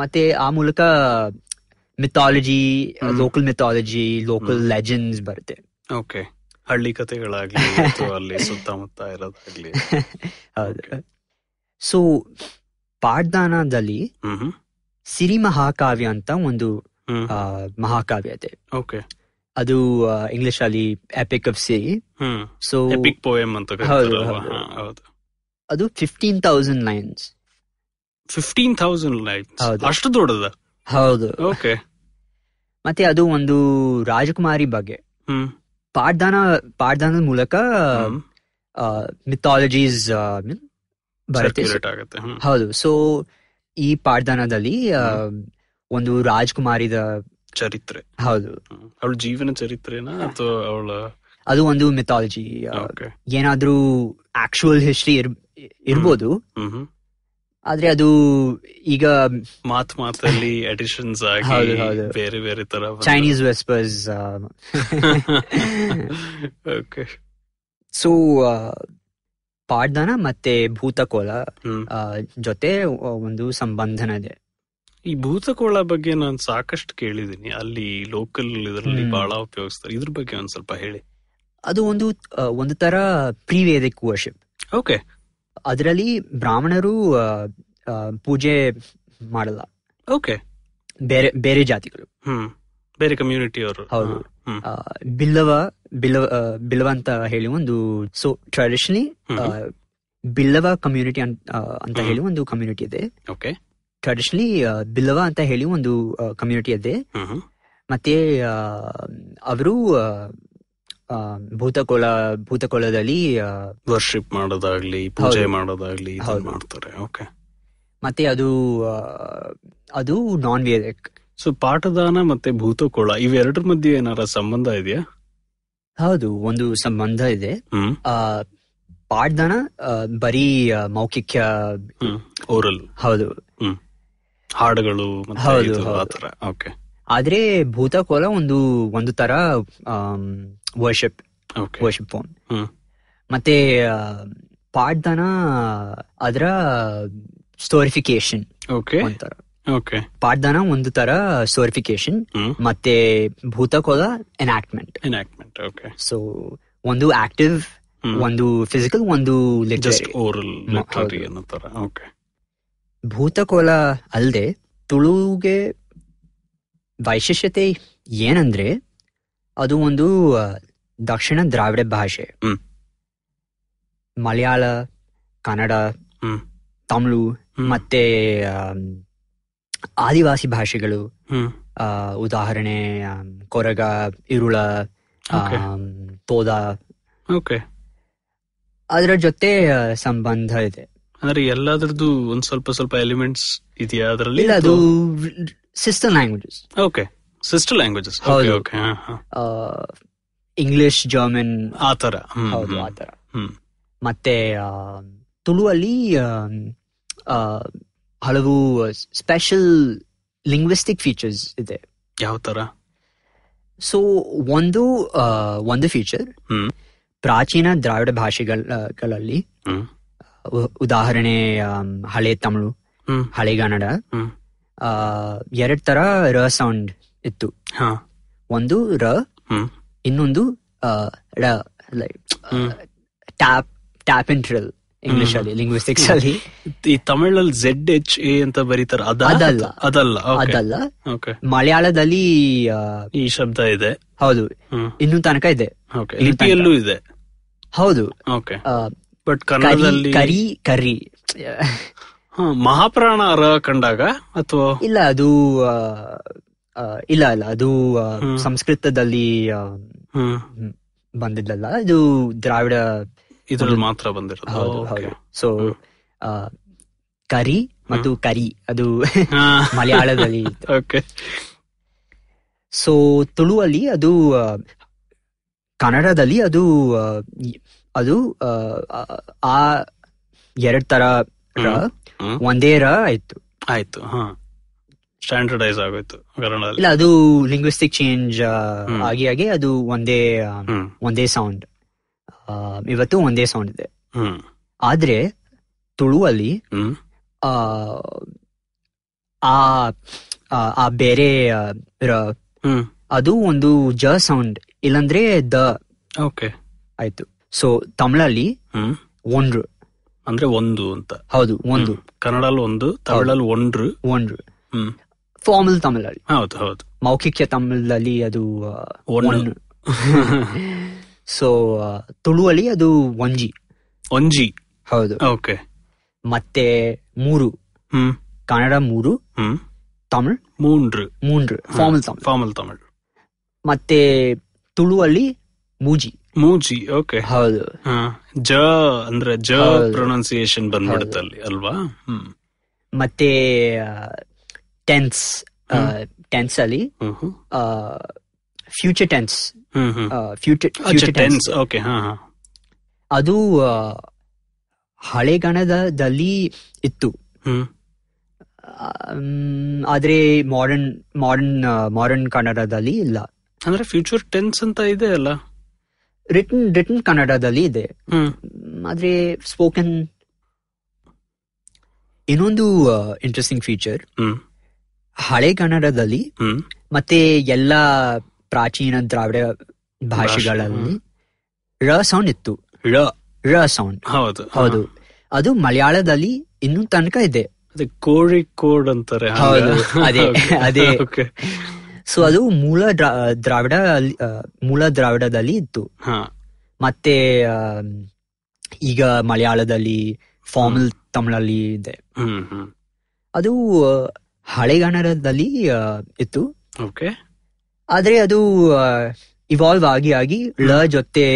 [SPEAKER 6] ಮತ್ತೆ ಆ ಮೂಲಕ ಮಿಥಾಲಜಿ
[SPEAKER 2] ಹ್ಮ್.
[SPEAKER 6] ಲೋಕಲ್ ಮಿಥಾಲಜಿ ಲೋಕಲ್ ಲೆಜೆಂಡ್ಸ್ ಬರುತ್ತೆ
[SPEAKER 2] ಓಕೆ ಹಳ್ಳಿ ಕಥೆಗಳಾಗ್ಲಿ ಅಥವಾ ಅಲ್ಲಿ ಸುತ್ತಮುತ್ತ ಇರೋದಾಗ್ಲಿ
[SPEAKER 6] ಹೌದು ಸೊ ಪಾಡ್ದಾನದಲ್ಲಿ
[SPEAKER 2] ಹ್ಮ್ ಹ್ಮ್.
[SPEAKER 6] ಸಿರಿ ಮಹಾಕಾವ್ಯ ಅಂತ ಒಂದು
[SPEAKER 2] ಹ್ಮ್
[SPEAKER 6] ಆ, ಮಹಾಕಾವ್ಯ ಇದೆ
[SPEAKER 2] ಓಕೆ
[SPEAKER 6] ಅದು ಇಂಗ್ಲಿಷ್ ಅಲ್ಲಿ epic of Siri
[SPEAKER 2] hmm
[SPEAKER 6] so
[SPEAKER 2] epic poem ಅಂತ
[SPEAKER 6] ಹೌದು,
[SPEAKER 2] ಕರೀತಾರಲ್ವ?
[SPEAKER 6] ಹೌದು.
[SPEAKER 2] ಹಾ, ಹೌದು
[SPEAKER 6] ಅದು fifteen thousand lines
[SPEAKER 2] fifteen thousand lights
[SPEAKER 6] ಹೌದು.
[SPEAKER 2] ಅಷ್ಟು ದೊಡ್ಡದ
[SPEAKER 6] ಹೌದು
[SPEAKER 2] ಓಕೆ
[SPEAKER 6] ಮತ್ತೆ ಅದು ಒಂದು ರಾಜಕುಮಾರಿ ಬಗ್ಗೆ
[SPEAKER 2] ಹ್ಮ್
[SPEAKER 6] ಪಾಡ್ದಾನ ಪಾಡ್ದಾನದ ಮೂಲಕ
[SPEAKER 2] ಹ್ಮ್.
[SPEAKER 6] ಮಿಥಾಲಜೀಸ್ ಬರುತ್ತೆ
[SPEAKER 2] Circulate ಆಗತ್ತೆ ಹ್ಮ್
[SPEAKER 6] ಹೌದು ಸೊ ಈ ಪಾಡ್ದಾನದಲ್ಲಿ ಆ, ಒಂದು ರಾಜ್ಕುಮಾರಿದ
[SPEAKER 2] ಚರಿತ್ರೆ
[SPEAKER 6] ಹೌದು
[SPEAKER 2] ಹ್ಮ್. ಅವಳ ಜೀವನ ಚರಿತ್ರೆನಾ ಅಥವಾ ಅವಳ
[SPEAKER 6] ಅದು ಒಂದು ಮಿಥಾಲಜಿ
[SPEAKER 2] ಓಕೆ
[SPEAKER 6] ಏನಾದ್ರೂ ಆಕ್ಚುಯಲ್ ಹಿಸ್ಟ್ರಿ ಇರ್ಬೋದು
[SPEAKER 2] ಹ್ಮ್ ಹ್ಮ್.
[SPEAKER 6] ಆದ್ರೆ ಅದು ಈಗ
[SPEAKER 2] ಮಾತ್ ಮಾತಲ್ಲಿ ಅಡಿಷನ್ಸ್ ಆಗಿ
[SPEAKER 6] ಹೌದು, ಹೌದು.
[SPEAKER 2] ಬೇರೆ ಬೇರೆ ತರ ಬಂದು-
[SPEAKER 6] ಚೈನೀಸ್ ವೆಸ್ಪರ್ಸ್
[SPEAKER 2] ಓಕೆ
[SPEAKER 6] ಸೊ ಪಾಡ್ದನ ಮತ್ತೆ ಭೂತಕೋಲ
[SPEAKER 2] ಹ್ಮ್
[SPEAKER 6] ಆ, ಜೊತೆ ಒಂದು ಸಂಬಂಧನ ಇದೆ
[SPEAKER 2] ಈ ಭೂತಕೋಳ ಬಗ್ಗೆ ನಾನು ಸಾಕಷ್ಟು ಕೇಳಿದೀನಿ ಅಲ್ಲಿ ಲೋಕಲ್ ಇದರಲ್ಲಿ
[SPEAKER 6] ಹ್ಮ್.
[SPEAKER 2] ಬಹಳ ಉಪಯೋಗಿಸ್ತಾರೆ ಇದ್ರ ಬಗ್ಗೆ ಒಂದ್ ಸ್ವಲ್ಪ ಹೇಳಿ
[SPEAKER 6] ಅದು ಒಂದು ಆ, ಒಂದು ತರ ಪ್ರಿವೇದಿಕ್ ವರ್ಷಿಪ್
[SPEAKER 2] ಓಕೆ
[SPEAKER 6] ಅದರಲ್ಲಿ ಬ್ರಾಹ್ಮಣರು ಆ, ಆ, ಪೂಜೆ ಮಾಡಲ್ಲ
[SPEAKER 2] ಓಕೆ
[SPEAKER 6] ಬೇರೆ ಬೇರೆ ಜಾತಿಗಳು
[SPEAKER 2] ಹ್ಮ್ ಬೇರೆ ಕಮ್ಯುನಿಟಿ ಅವರು
[SPEAKER 6] ಹೌದು.
[SPEAKER 2] ಹ್ಮ್
[SPEAKER 6] ಆ, ಬಿಲ್ಲವ ಬಿಲ್ಲವ ಆ, ಬಿಲ್ಲವ ಅಂತ ಹೇಳಿ ಒಂದು ಸೊ ಟ್ರೆಡಿಷನಲಿ
[SPEAKER 2] ಹ್ಮ್.
[SPEAKER 6] ಬಿಲ್ಲವ ಕಮ್ಯುನಿಟಿ ಅಂತ
[SPEAKER 2] ಹ್ಮ್.
[SPEAKER 6] ಹೇಳಿ ಒಂದು ಕಮ್ಯುನಿಟಿ ಇದೆ
[SPEAKER 2] ಓಕೆ
[SPEAKER 6] ಟ್ರೆಡಿಷನಲಿ ಬಿಲ್ಲವ ಅಂತ ಹೇಳಿ ಒಂದು ಕಮ್ಯುನಿಟಿ ಇದೆ
[SPEAKER 2] ಹ್ಮ್ ಹ್ಮ್
[SPEAKER 6] ಮತ್ತೆ ಅವರು ಭೂತಕೋಲ ಭೂತಕೋಲದಲ್ಲಿ ಆ,
[SPEAKER 2] ವರ್ಷಿಪ್ ಮಾಡೋದಾಗ್ಲಿ ಪೂಜೆ
[SPEAKER 6] ಹೌದು.
[SPEAKER 2] ಮಾಡೋದಾಗ್ಲಿ ಇದನ್ನ
[SPEAKER 6] ಹೌದು.
[SPEAKER 2] ಮಾಡ್ತಾರೆ ಓಕೆ
[SPEAKER 6] ಮತ್ತೆ ಅದು ಆ, ಅದು ನಾನ್ ವೇದಿಕ್
[SPEAKER 2] ಸೊ ಪಾಠದಾನ ಮತ್ತೆ ಭೂತಕೋಳ ಇವೆರಡರ ಮಧ್ಯೆ ಏನಾರ ಸಂಬಂಧ ಇದೆಯಾ
[SPEAKER 6] ಹೌದು ಒಂದು ಸಂಬಂಧ ಇದೆ
[SPEAKER 2] ಹ್ಮ್
[SPEAKER 6] ಆ, ಪಾಡ್ದನ ಆ, ಬರೀ ಆ, ಮೌಖಿಕ
[SPEAKER 2] ಹ್ಮ್ ಓರಲ್
[SPEAKER 6] ಹೌದು
[SPEAKER 2] ಹ್ಮ್ ಹಾಡುಗಳು
[SPEAKER 6] ಹೌದು,
[SPEAKER 2] ಮತ್ತೆ
[SPEAKER 6] ಹೌದು.
[SPEAKER 2] ಆತರ ಓಕೆ
[SPEAKER 6] ಆದ್ರೆ ಭೂತಕೋಲ ಒಂದು ಒಂದು ತರ ವರ್ಷಿಪ್
[SPEAKER 2] ಓಕೆ
[SPEAKER 6] ವರ್ಷಿಪ್ ಫೋನ್
[SPEAKER 2] ಹ್ಮ್
[SPEAKER 6] ಮತ್ತೆ ಆ, ಪಾಡ್ದನ ಅದರ ಸ್ಟೋರಿಫಿಕೇಶನ್
[SPEAKER 2] ಓಕೆ
[SPEAKER 6] ಒಂಥರ
[SPEAKER 2] ಓಕೆ
[SPEAKER 6] ಪಾಡ್ದನ ಒಂದು ತರ ಸ್ಟೋರಿಫಿಕೇಶನ್
[SPEAKER 2] ಹ್ಮ್
[SPEAKER 6] ಮತ್ತೆ Bhuta Kola enactment
[SPEAKER 2] enactment okay
[SPEAKER 6] so ಒಂದು ಆಕ್ಟಿವ್
[SPEAKER 2] ಹ್ಮ್.
[SPEAKER 6] ಒಂದು ಫಿಸಿಕಲ್ ಒಂದು
[SPEAKER 2] ಜಸ್ಟ್
[SPEAKER 6] ಲಿಟರರಿ
[SPEAKER 2] ಓರಲ್
[SPEAKER 6] ಮ-
[SPEAKER 2] ಲಿಟ್ರರಿ
[SPEAKER 6] ಹೌದು.
[SPEAKER 2] ಅನ್ನೋ ತರ ಓಕೆ
[SPEAKER 6] ಭೂತಕೋಲ ಅಲ್ಲದೆ ತುಳುಗೆ ವೈಶಿಷ್ಟ್ಯತೆ ಏನಂದ್ರೆ ಅದು ಒಂದು ಆ, ದಕ್ಷಿಣ ದ್ರಾವಿಡ ಭಾಷೆ
[SPEAKER 2] ಹ್ಮ್.
[SPEAKER 6] ಮಲಯಾಳ ಕನ್ನಡ
[SPEAKER 2] ಹ್ಮ್.
[SPEAKER 6] ತಮಿಳು
[SPEAKER 2] ಹ್ಮ್.
[SPEAKER 6] ಮತ್ತೆ ಆಮ್, ಆದಿವಾಸಿ ಭಾಷೆಗಳು
[SPEAKER 2] ಹ್ಮ್
[SPEAKER 6] ಆ, ಉದಾಹರಣೆ am, Koraga Irula
[SPEAKER 2] Okay.
[SPEAKER 6] Am, Toda
[SPEAKER 2] okay
[SPEAKER 6] ಅದರ ಜೊತೆ ಆ, ಸಂಬಂಧ ಇದೆ
[SPEAKER 2] ಅಂದ್ರೆ ಎಲ್ಲಾದ್ರದ್ದು ಒಂದ್ ಸ್ವಲ್ಪ ಸ್ವಲ್ಪ ಎಲಿಮೆಂಟ್ಸ್ ಇದೆಯಾ ಅದರಲ್ಲಿ
[SPEAKER 6] ಇಲ್ಲ ಅದು sister languages
[SPEAKER 2] okay sister languages
[SPEAKER 6] ಹೌದು.
[SPEAKER 2] ಓಕೆ
[SPEAKER 6] ಇಂಗ್ಲಿಷ್ ಜರ್ಮನ್
[SPEAKER 2] ಆ ತರ ಹ್ಮ್
[SPEAKER 6] ಹೌದು
[SPEAKER 2] ಹ್ಮ್.
[SPEAKER 6] ಆ ಥರ
[SPEAKER 2] ಹ್ಮ್
[SPEAKER 6] ಮತ್ತೆ ಆ, ತುಳುವಲ್ಲಿ ಆಮ್, ಆ, ಹಲವು ಸ್ಪೆಷಲ್ ಲಿಂಗ್ವಿಸ್ಟಿಕ್ ಫೀಚರ್ಸ್ ಇದೆ
[SPEAKER 2] ಯಾವ ತರ
[SPEAKER 6] ಸೊ ಒಂದು ಆ, ಒಂದು ಫೀಚರ್
[SPEAKER 2] ಹ್ಮ್
[SPEAKER 6] ಪ್ರಾಚೀನ ದ್ರಾವಿಡ ಭಾಷೆಗಳ ಗಳಲ್ಲಿ
[SPEAKER 2] ಹ್ಮ್
[SPEAKER 6] ಉ- ಉದಾಹರಣೆ ಆಮ್, ಹಳೆ ತಮಿಳು
[SPEAKER 2] ಹ್ಮ್
[SPEAKER 6] ಹಳೆಗನ್ನಡ
[SPEAKER 2] ಹ್ಮ್
[SPEAKER 6] ಎರಡ್ ತರ ರ ಸೌಂಡ್ ಇತ್ತು
[SPEAKER 2] ಹಾ
[SPEAKER 6] ಒಂದು ರ
[SPEAKER 2] ಹ್ಮ್
[SPEAKER 6] ಇನ್ನೊಂದು ಆ, ರ like
[SPEAKER 2] hmm.
[SPEAKER 6] Tap tap and trill English ಅಲ್ಲಿ ಲಿಂಗ್ವಿಸ್ಟಿಕ್ಸ್ ಅಲ್ಲಿ
[SPEAKER 2] ಈ ತಮಿಳಲ್ಲಿ ಝೆಡ್ ಎಚ್ ಎ ಅಂತ ಬರೀತಾರ ಅದ
[SPEAKER 6] ಅದಲ್ಲ.
[SPEAKER 2] ಅದಲ್ಲ ಓಕೆ
[SPEAKER 6] ಅದಲ್ಲ
[SPEAKER 2] ಓಕೆ
[SPEAKER 6] ಮಲಯಾಳದಲ್ಲಿ ಆ,
[SPEAKER 2] ಈ ಶಬ್ದ ಇದೆ
[SPEAKER 6] ಹೌದು
[SPEAKER 2] ಹ್ಮ್
[SPEAKER 6] ಇನ್ನೂ ತನಕ ಇದೆ
[SPEAKER 2] ಓಕೆ
[SPEAKER 6] ಇಲ್ಲಿ ತನಕ.
[SPEAKER 2] ಲಿಪಿಯಲ್ಲೂ ಇದೆ
[SPEAKER 6] ಹೌದು
[SPEAKER 2] ಓಕೆ
[SPEAKER 6] ಆ,
[SPEAKER 2] ಬಟ್
[SPEAKER 6] ಕರಿ
[SPEAKER 2] ಕನ್ನಡದಲ್ಲಿ
[SPEAKER 6] ಕರಿ ಕರಿ
[SPEAKER 2] ಹಾ, ಮಹಾಪ್ರಾಣ ರ ಕಂಡಾಗ ಅಥವಾ
[SPEAKER 6] ಇಲ್ಲ ಅದು ಆ, ಆ, ಇಲ್ಲ ಇಲ್ಲ ಅದು ಆ,
[SPEAKER 2] ಹ್ಮ್.
[SPEAKER 6] ಸಂಸ್ಕೃತದಲ್ಲಿ ಆ,
[SPEAKER 2] ಹ್ಮ್
[SPEAKER 6] ಬಂದಿದ್ದಲ್ಲ ಇದು ದ್ರಾವಿಡ
[SPEAKER 2] ಇದ್ರಲ್ಲಿ ಮಾತ್ರ ಬಂದಿರೋದು
[SPEAKER 6] ಹೌದು
[SPEAKER 2] Okay.
[SPEAKER 6] ಹೌದು ಸೊ ಕರಿ ಮತ್ತು ಕರಿ ಅದು
[SPEAKER 2] ಹಾ.
[SPEAKER 6] ಮಲಯಾಳದಲ್ಲಿ ಇತ್ತು.
[SPEAKER 2] Okay.
[SPEAKER 6] ಸೊ ತುಳುವಲ್ಲಿ ಅದು ಆ, ಕನ್ನಡದಲ್ಲಿ ಅದು ಆ, ಇ- ಅದು ಆ, ಆ- ಆ ಎರಡ್ ತರ ರ
[SPEAKER 2] ಹ್ಮ್.
[SPEAKER 6] ಒಂದೇ ರ ಆಯ್ತು
[SPEAKER 2] ಆಯ್ತು ಹಾ ಸ್ಟ್ಯಾಂಡರ್ಡೈಸ್ ಆಗೋಯ್ತು ಕನ್ನಡದಲ್ಲಿ
[SPEAKER 6] ಇಲ್ಲ ಅದು ಲಿಂಗ್ವಿಸ್ಟಿಕ್ ಚೇಂಜ್
[SPEAKER 2] ಹ್ಮ್.
[SPEAKER 6] ಆಗಿ ಆಗಿ ಅದು ಒಂದೇ ಆ,
[SPEAKER 2] ಹ್ಮ್
[SPEAKER 6] ಒಂದೇ ಸೌಂಡ್ ಇವತ್ತು ಒಂದೇ ಸೌಂಡ್ ಇದೆ
[SPEAKER 2] ಹ್ಮ್
[SPEAKER 6] ಆದ್ರೆ ತುಳುವಲ್ಲಿ
[SPEAKER 2] ಹ್ಮ್
[SPEAKER 6] ಆ ಆ- ಆ- ಆ ಬೇರೆ ಆ, ರ-
[SPEAKER 2] ಹ್ಮ್
[SPEAKER 6] ಅದು ಒಂದು ಜ ಸೌಂಡ್ ಇಲ್ಲಂದ್ರೆ ದ
[SPEAKER 2] ಓಕೆ
[SPEAKER 6] ಆಯ್ತು ಸೊ ತಮಿಳಲ್ಲಿ
[SPEAKER 2] ಹ್ಮ್
[SPEAKER 6] ಒಂಡ್ರು
[SPEAKER 2] ಅಂದ್ರೆ ಒಂದು ಅಂತ
[SPEAKER 6] ಹೌದು ಒಂದು
[SPEAKER 2] ಕನ್ನಡಲ್ಲಿ ಒಂದು ತಮಿಳಲ್ಲಿ ಒಂಡ್ರು
[SPEAKER 6] ಒಂಡ್ರು
[SPEAKER 2] ಹ್ಮ್
[SPEAKER 6] ಫಾರ್ಮಲ್ ತಮಿಳಲ್ಲಿ
[SPEAKER 2] ಹೌದು ಹೌದು
[SPEAKER 6] ಮೌಖಿಕ ತಮಿಳಲ್ಲಿ ಅದು ಆ,
[SPEAKER 2] ಒಂದು.
[SPEAKER 6] ಒಂದು ಸೊ ತುಳುವಲ್ಲಿ ಅದು ಒಂಜಿ
[SPEAKER 2] ಒಂಜಿ
[SPEAKER 6] ಹೌದು
[SPEAKER 2] ಓಕೆ
[SPEAKER 6] ಮತ್ತೆ ಮೂರು
[SPEAKER 2] ಹ್ಮ್
[SPEAKER 6] ಕನ್ನಡ ಮೂರು
[SPEAKER 2] ಹ್ಮ್
[SPEAKER 6] ತಮಿಳ್
[SPEAKER 2] ಮೂಂಡ್ರು
[SPEAKER 6] ಮೂಂಡ್ರು ಫಾರ್ಮಲ್ ತಮಿಳ್
[SPEAKER 2] ಫಾರ್ಮಲ್ ತಮಿಳ್
[SPEAKER 6] ಮತ್ತೆ ತುಳುವಲ್ಲಿ ಮೂಜಿ
[SPEAKER 2] ಮೂಜಿ ಓಕೆ
[SPEAKER 6] ಹೌದು
[SPEAKER 2] ಹಾ ಜ ಅಂದ್ರೆ ಜ
[SPEAKER 6] ಹೌದು.
[SPEAKER 2] ಪ್ರೊನೌನ್ಸಿಯೇಷನ್ ಬಂದ್ಬಿಡುತ್ತೆ ಅಲ್ಲಿ ಅಲ್ವಾ ಹ್ಮ್
[SPEAKER 6] ಮತ್ತೆ ಟೆನ್ಸ್ ಟೆನ್ಸ್ ಅಲ್ಲಿ
[SPEAKER 2] ಹ್ಮ್ ಹ್ಮ್.
[SPEAKER 6] ಫ್ಯೂಚರ್ ಟೆನ್ಸ್
[SPEAKER 2] ಹ್ಮ್ ಹ್ಮ್
[SPEAKER 6] future future tense
[SPEAKER 2] tense okay ಹಾ ಹಾ
[SPEAKER 6] ಅದು ಆ, ಹಳೆಗಣದಲ್ಲಿ ಇತ್ತು
[SPEAKER 2] ಹ್ಮ್
[SPEAKER 6] ಆ, ಮ್, ಆದ್ರೆ ಮಾಡರ್ನ್ ಮಾಡರ್ನ್ ಮಾಡರ್ನ್ ಕನ್ನಡದಲ್ಲಿ ಇಲ್ಲ
[SPEAKER 2] ಅಂದ್ರೆ ಫ್ಯೂಚರ್ ಟೆನ್ಸ್ ಅಂತ ಇದೆ ಅಲ್ಲ
[SPEAKER 6] ರಿಟನ್ ರಿಟನ್ ಕನ್ನಡದಲ್ಲಿ ಇದೆ
[SPEAKER 2] ಹ್ಮ್
[SPEAKER 6] ಮ್, ಆದ್ರೆ ಸ್ಪೋಕನ್ ಇನ್ನೊಂದು ಇಂಟ್ರೆಸ್ಟಿಂಗ್ ಫೀಚರ್
[SPEAKER 2] ಹ್ಮ್
[SPEAKER 6] ಹಳೆ ಕನ್ನಡದಲ್ಲಿ
[SPEAKER 2] ಹ್ಮ್
[SPEAKER 6] ಮತ್ತೆ ಎಲ್ಲ ಪ್ರಾಚೀನ ದ್ರಾವಿಡ ಭಾಷೆಗಳಲ್ಲಿ ರ ಸೌಂಡ್ ಇತ್ತು
[SPEAKER 2] ಳ
[SPEAKER 6] ರ ಸೌಂಡ್
[SPEAKER 2] ಹೌದು ಹಾ.
[SPEAKER 6] ಹೌದು ಅದು ಮಲಯಾಳದಲ್ಲಿ ಇನ್ನೂ ತನಕ ಇದೆ
[SPEAKER 2] ಅದೇ ಕೋಳಿ ಕೋಡ್ ಅಂತಾರೆ
[SPEAKER 6] ಹೌದು, ಅದೇ, ಅದೇ.
[SPEAKER 2] ಓಕೆ
[SPEAKER 6] ಸೊ ಅದು ಮೂಲ ದ್ರಾ- ದ್ರಾವಿಡ ಅಲ್ಲಿ, ಆ, ಮೂಲ ದ್ರಾವಿಡದಲ್ಲಿ ಇತ್ತು
[SPEAKER 2] ಹಾ
[SPEAKER 6] ಮತ್ತೆ ಆ, ಈಗ ಮಲಯಾಳದಲ್ಲಿ ಫಾರ್ಮಲ್ ತಮಿಳಲ್ಲಿ ಇದೆ
[SPEAKER 2] ಹ್ಮ್ ಹ್ಮ್
[SPEAKER 6] ಅದು ಆ, ಹಳೆಗನ್ನಡದಲ್ಲಿ ಆ, ಇತ್ತು
[SPEAKER 2] ಓಕೆ
[SPEAKER 6] ಆದ್ರೆ ಅದು ಇವಾಲ್ವ್ ಆಗಿ ಆಗಿ ಳ ಜೊತೆ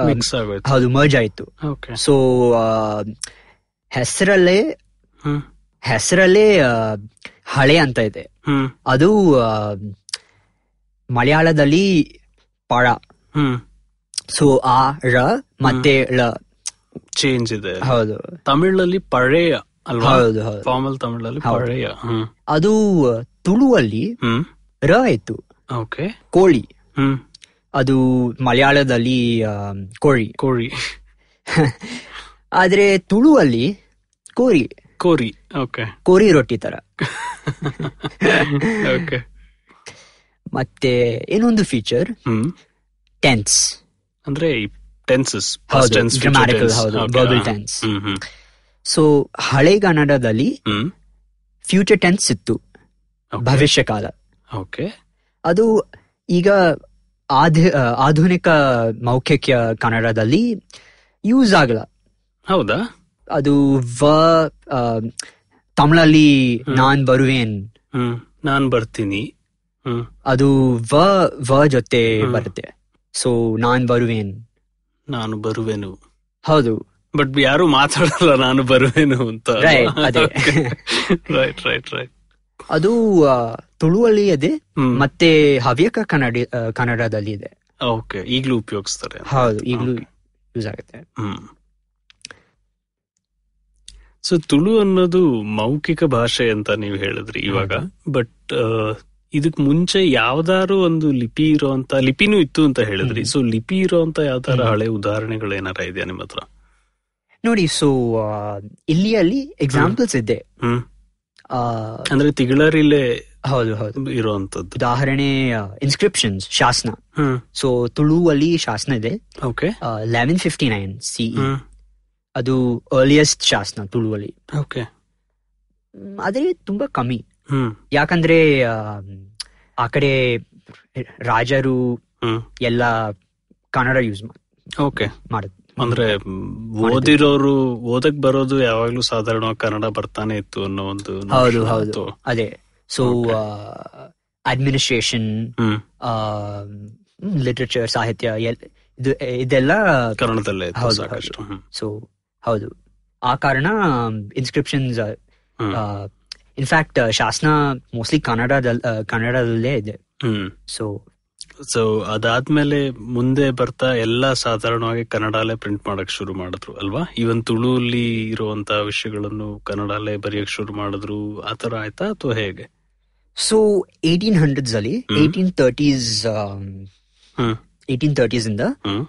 [SPEAKER 6] ಆ,
[SPEAKER 2] ಮಿಕ್ಸ್ ಆಗೋಯ್ತು
[SPEAKER 6] ಹೌದು ಮರ್ಜ್ ಆಯ್ತು
[SPEAKER 2] ಓಕೆ
[SPEAKER 6] ಸೊ uh, ಹೆಸರಲ್ಲೇ
[SPEAKER 2] ಹ್ಮ್
[SPEAKER 6] ಹೆಸರಲ್ಲೇ ಆ, ಹಳೆ ಅಂತ ಇದೆ
[SPEAKER 2] ಹ್ಮ್
[SPEAKER 6] ಅದು ಆ, ಮಲಯಾಳದಲ್ಲಿ ಪಳ
[SPEAKER 2] ಹ್ಮ್
[SPEAKER 6] ಸೊ ಆ ರ ಮತ್ತೆ ಳ
[SPEAKER 2] ಚೇಂಜ್ ಇದೆ
[SPEAKER 6] ಹೌದು
[SPEAKER 2] ತಮಿಳಲ್ಲಿ ಪಳೆಯ ಅಲ್ವಾ
[SPEAKER 6] ಹೌದು ಹೌದು
[SPEAKER 2] ಫಾರ್ಮಲ್ ತಮಿಳಲ್ಲಿ
[SPEAKER 6] ಹೌದು.
[SPEAKER 2] ಪಳೆಯ ಹ್ಮ್
[SPEAKER 6] ಅದು ತುಳುವಲ್ಲಿ
[SPEAKER 2] ಹ್ಮ್
[SPEAKER 6] ರ ಆಯ್ತು
[SPEAKER 2] ಓಕೆ
[SPEAKER 6] ಕೋಳಿ
[SPEAKER 2] ಹ್ಮ್
[SPEAKER 6] ಅದು ಮಲಯಾಳದಲ್ಲಿ ಆ, ಕೋಳಿ
[SPEAKER 2] ಕೋಳಿ
[SPEAKER 6] ಆದ್ರೆ ತುಳುವಲ್ಲಿ ಕೋರಿ
[SPEAKER 2] ಕೋರಿ ಓಕೆ
[SPEAKER 6] ಕೋರಿ ರೊಟ್ಟಿ ತರ
[SPEAKER 2] ಓಕೆ
[SPEAKER 6] ಮತ್ತೆ ಇನ್ನೊಂದು ಫೀಚರ್
[SPEAKER 2] ಹ್ಮ್
[SPEAKER 6] ಟೆನ್ಸ್
[SPEAKER 2] ಅಂದ್ರೆ ಟೆನ್ಸಸ್
[SPEAKER 6] ಹೌದು, grammatical, ಹೌದು, verbal tense.
[SPEAKER 2] ಹ್ಮ್ ಹ್ಮ್
[SPEAKER 6] ಸೊ ಹಳೆ ಕನ್ನಡದಲ್ಲಿ
[SPEAKER 2] ಹ್ಮ್
[SPEAKER 6] ಫ್ಯೂಚರ್ ಟೆನ್ಸ್ ಇತ್ತು ಭವಿಷ್ಯ ಕಾಲ
[SPEAKER 2] ಓಕೆ
[SPEAKER 6] ಅದು ಈಗ ಆಧು ಆಧುನಿಕ ಮೌಖಿಕ ಕನ್ನಡದಲ್ಲಿ ಯೂಸ್ ಆಗಲ್ಲ
[SPEAKER 2] ಹೌದಾ
[SPEAKER 6] ಅದು ವ ಆ, ತಮಿಳಲ್ಲಿ ನಾನ್ ಬರುವೇನ್
[SPEAKER 2] ಹ್ಮ್ ನಾನ್ ಬರ್ತೀನಿ ಹ್ಮ್
[SPEAKER 6] ಅದು ವ ವ ಜೊತೆ ಬರುತ್ತೆ ಸೊ ನಾನ್ ಬರುವೇನ್
[SPEAKER 2] ನಾನು ಬರುವೆನು
[SPEAKER 6] ಹೌದು
[SPEAKER 2] ಬಟ್ ಯಾರು ಮಾತಾಡಲ್ಲ ನಾನು ಬರುವೆನು ಅಂತ
[SPEAKER 6] Right, ಅದೇ.
[SPEAKER 2] ರೈಟ್ ರೈಟ್ ರೈಟ್
[SPEAKER 6] ಅದು ಆ, ತುಳುವಲ್ಲಿ ಇದೆ
[SPEAKER 2] ಹ್ಮ್.
[SPEAKER 6] ಮತ್ತೆ ಹವ್ಯಕ ಕನ್ನಡ ಆ, ಕನ್ನಡದಲ್ಲಿ ಇದೆ
[SPEAKER 2] ಓಕೆ ಈಗಲೂ ಉಪಯೋಗಿಸ್ತಾರೆ
[SPEAKER 6] ಹೌದು ಈಗಲೂ ಯೂಸ್ ಆಗುತ್ತೆ
[SPEAKER 2] ಹ್ಮ್ ಸೊ ತುಳು ಅನ್ನೋದು ಮೌಖಿಕ ಭಾಷೆ ಅಂತ ನೀವು ಹೇಳಿದ್ರಿ ಇವಾಗ ಬಟ್ ಇದಕ್ ಮುಂಚೆ ಯಾವ್ದಾರು ಒಂದು ಲಿಪಿ ಇರೋಂತ ಲಿಪಿನೂ ಇತ್ತು ಅಂತ ಹೇಳಿದ್ರಿ ಸೊ ಲಿಪಿ ಇರೋಂತ ಯಾವ್ದಾರ ಹಳೆ ಉದಾಹರಣೆಗಳು ಏನಾರ ಇದೆಯಾ ನಿಮ್ಮ ಹತ್ರ
[SPEAKER 6] ನೋಡಿ ಸೊ ಇಲ್ಲಿ ಅಲ್ಲಿ ಎಕ್ಸಾಂಪಲ್ಸ್ ಇದೆ
[SPEAKER 2] ಹ್ಮ್
[SPEAKER 6] ಆ,
[SPEAKER 2] ಅಂದ್ರೆ ತಿಗಳರಿಲೆ
[SPEAKER 6] ಹೌದು ಹೌದು
[SPEAKER 2] ಇರೋಂತದ್ದು
[SPEAKER 6] ಉದಾಹರಣೆ ಇನ್ಸ್ಕ್ರಿಪ್ಷನ್ಸ್ ಶಾಸನ
[SPEAKER 2] ಹ್ಮ್
[SPEAKER 6] ಸೊ ತುಳುವಲ್ಲಿ ಶಾಸನ ಇದೆ
[SPEAKER 2] okay
[SPEAKER 6] eleven fifty nine C
[SPEAKER 2] ಹ್ಮ್
[SPEAKER 6] E. ಅದು ಅರ್ಲಿಯೆಸ್ಟ್ ಶಾಸನ ತುಳುವಲ್ಲಿ
[SPEAKER 2] ಓಕೆ
[SPEAKER 6] ಮ್, ಆದ್ರೆ ತುಂಬಾ ಕಮ್ಮಿ
[SPEAKER 2] ಹ್ಮ್
[SPEAKER 6] ಯಾಕಂದ್ರೆ ಆ, ಆ ಕಡೆ ರಾಜರು
[SPEAKER 2] ಹ್ಮ್
[SPEAKER 6] ಎಲ್ಲ ಕನ್ನಡ ಯೂಸ್
[SPEAKER 2] ಓಕೆ
[SPEAKER 6] ಮಾಡುದು
[SPEAKER 2] ಅಂದ್ರೆ ಮ್, ಓದಿರೋರು ಓದಕ್ ಬರೋದು ಯಾವಾಗ್ಲೂ ಸಾಧಾರಣವಾಗಿ ಕನ್ನಡ ಬರ್ತಾನೆ ಇತ್ತು ಅನ್ನೋ ಒಂದು
[SPEAKER 6] ಹೌದು
[SPEAKER 2] notion
[SPEAKER 6] ಹೌದು
[SPEAKER 2] ಇತ್ತು.
[SPEAKER 6] ಅದೇ ಸೊ ಅಡ್ಮಿನಿಸ್ಟ್ರೇಷನ್
[SPEAKER 2] ಹ್ಮ್
[SPEAKER 6] ಲಿಟ್ರೇಚರ್ ಸಾಹಿತ್ಯ ಎಲ್- ಇದು ಇದೆಲ್ಲ
[SPEAKER 2] ಕನ್ನಡದಲ್ಲೇ ಇತ್ತು
[SPEAKER 6] ಹೌದು,
[SPEAKER 2] ಸಾಕಷ್ಟು ಹ್ಮ್
[SPEAKER 6] ಸೊ ಹೌದು ಆ ಕಾರಣ um, ಇನ್ಸ್ಕ್ರಿಪ್ಷನ್ಸ್
[SPEAKER 2] ಹ್ಮ್.
[SPEAKER 6] uh, ಇನ್ಫ್ಯಾಕ್ಟ್ uh, ಶಾಸನ ಮೋಸ್ಟ್ಲಿ ಕನ್ನಡದಲ್ಲಿ ಆ, ಕನ್ನಡದಲ್ಲೇ ಇದೆ
[SPEAKER 2] ಹ್ಮ್
[SPEAKER 6] ಸೊ
[SPEAKER 2] ಸೊ ಅದಾದ್ಮೇಲೆ ಮುಂದೆ ಬರ್ತಾ ಎಲ್ಲಾ ಸಾಧಾರಣವಾಗಿ ಕನ್ನಡಲ್ಲೇ ಪ್ರಿಂಟ್ ಮಾಡಕ್ ಶುರು ಮಾಡಿದ್ರು ಅಲ್ವಾ ಇವನ್ ತುಳುಲಿ ಇರುವಂತ ವಿಷಯಗಳನ್ನು ಕನ್ನಡಲ್ಲೇ ಬರೆಯಕ್ ಶುರು ಮಾಡಿದ್ರು ಆತರ ಆಯ್ತಾ ಅಥವಾ ಹೇಗೆ
[SPEAKER 6] ಸೊ ಏಯ್ಟೀನ್ ಹಂಡ್ರೆಡ್ಸ್ ಅಲ್ಲಿ
[SPEAKER 2] ಹ್ಮ್.
[SPEAKER 6] ಏಯ್ಟೀನ್ ತರ್ಟೀಸ್
[SPEAKER 2] ಹ್ಮ್.
[SPEAKER 6] ಏಯ್ಟೀನ್ ತರ್ಟೀಸ್ ಇಂದ
[SPEAKER 2] ಹ್ಮ್.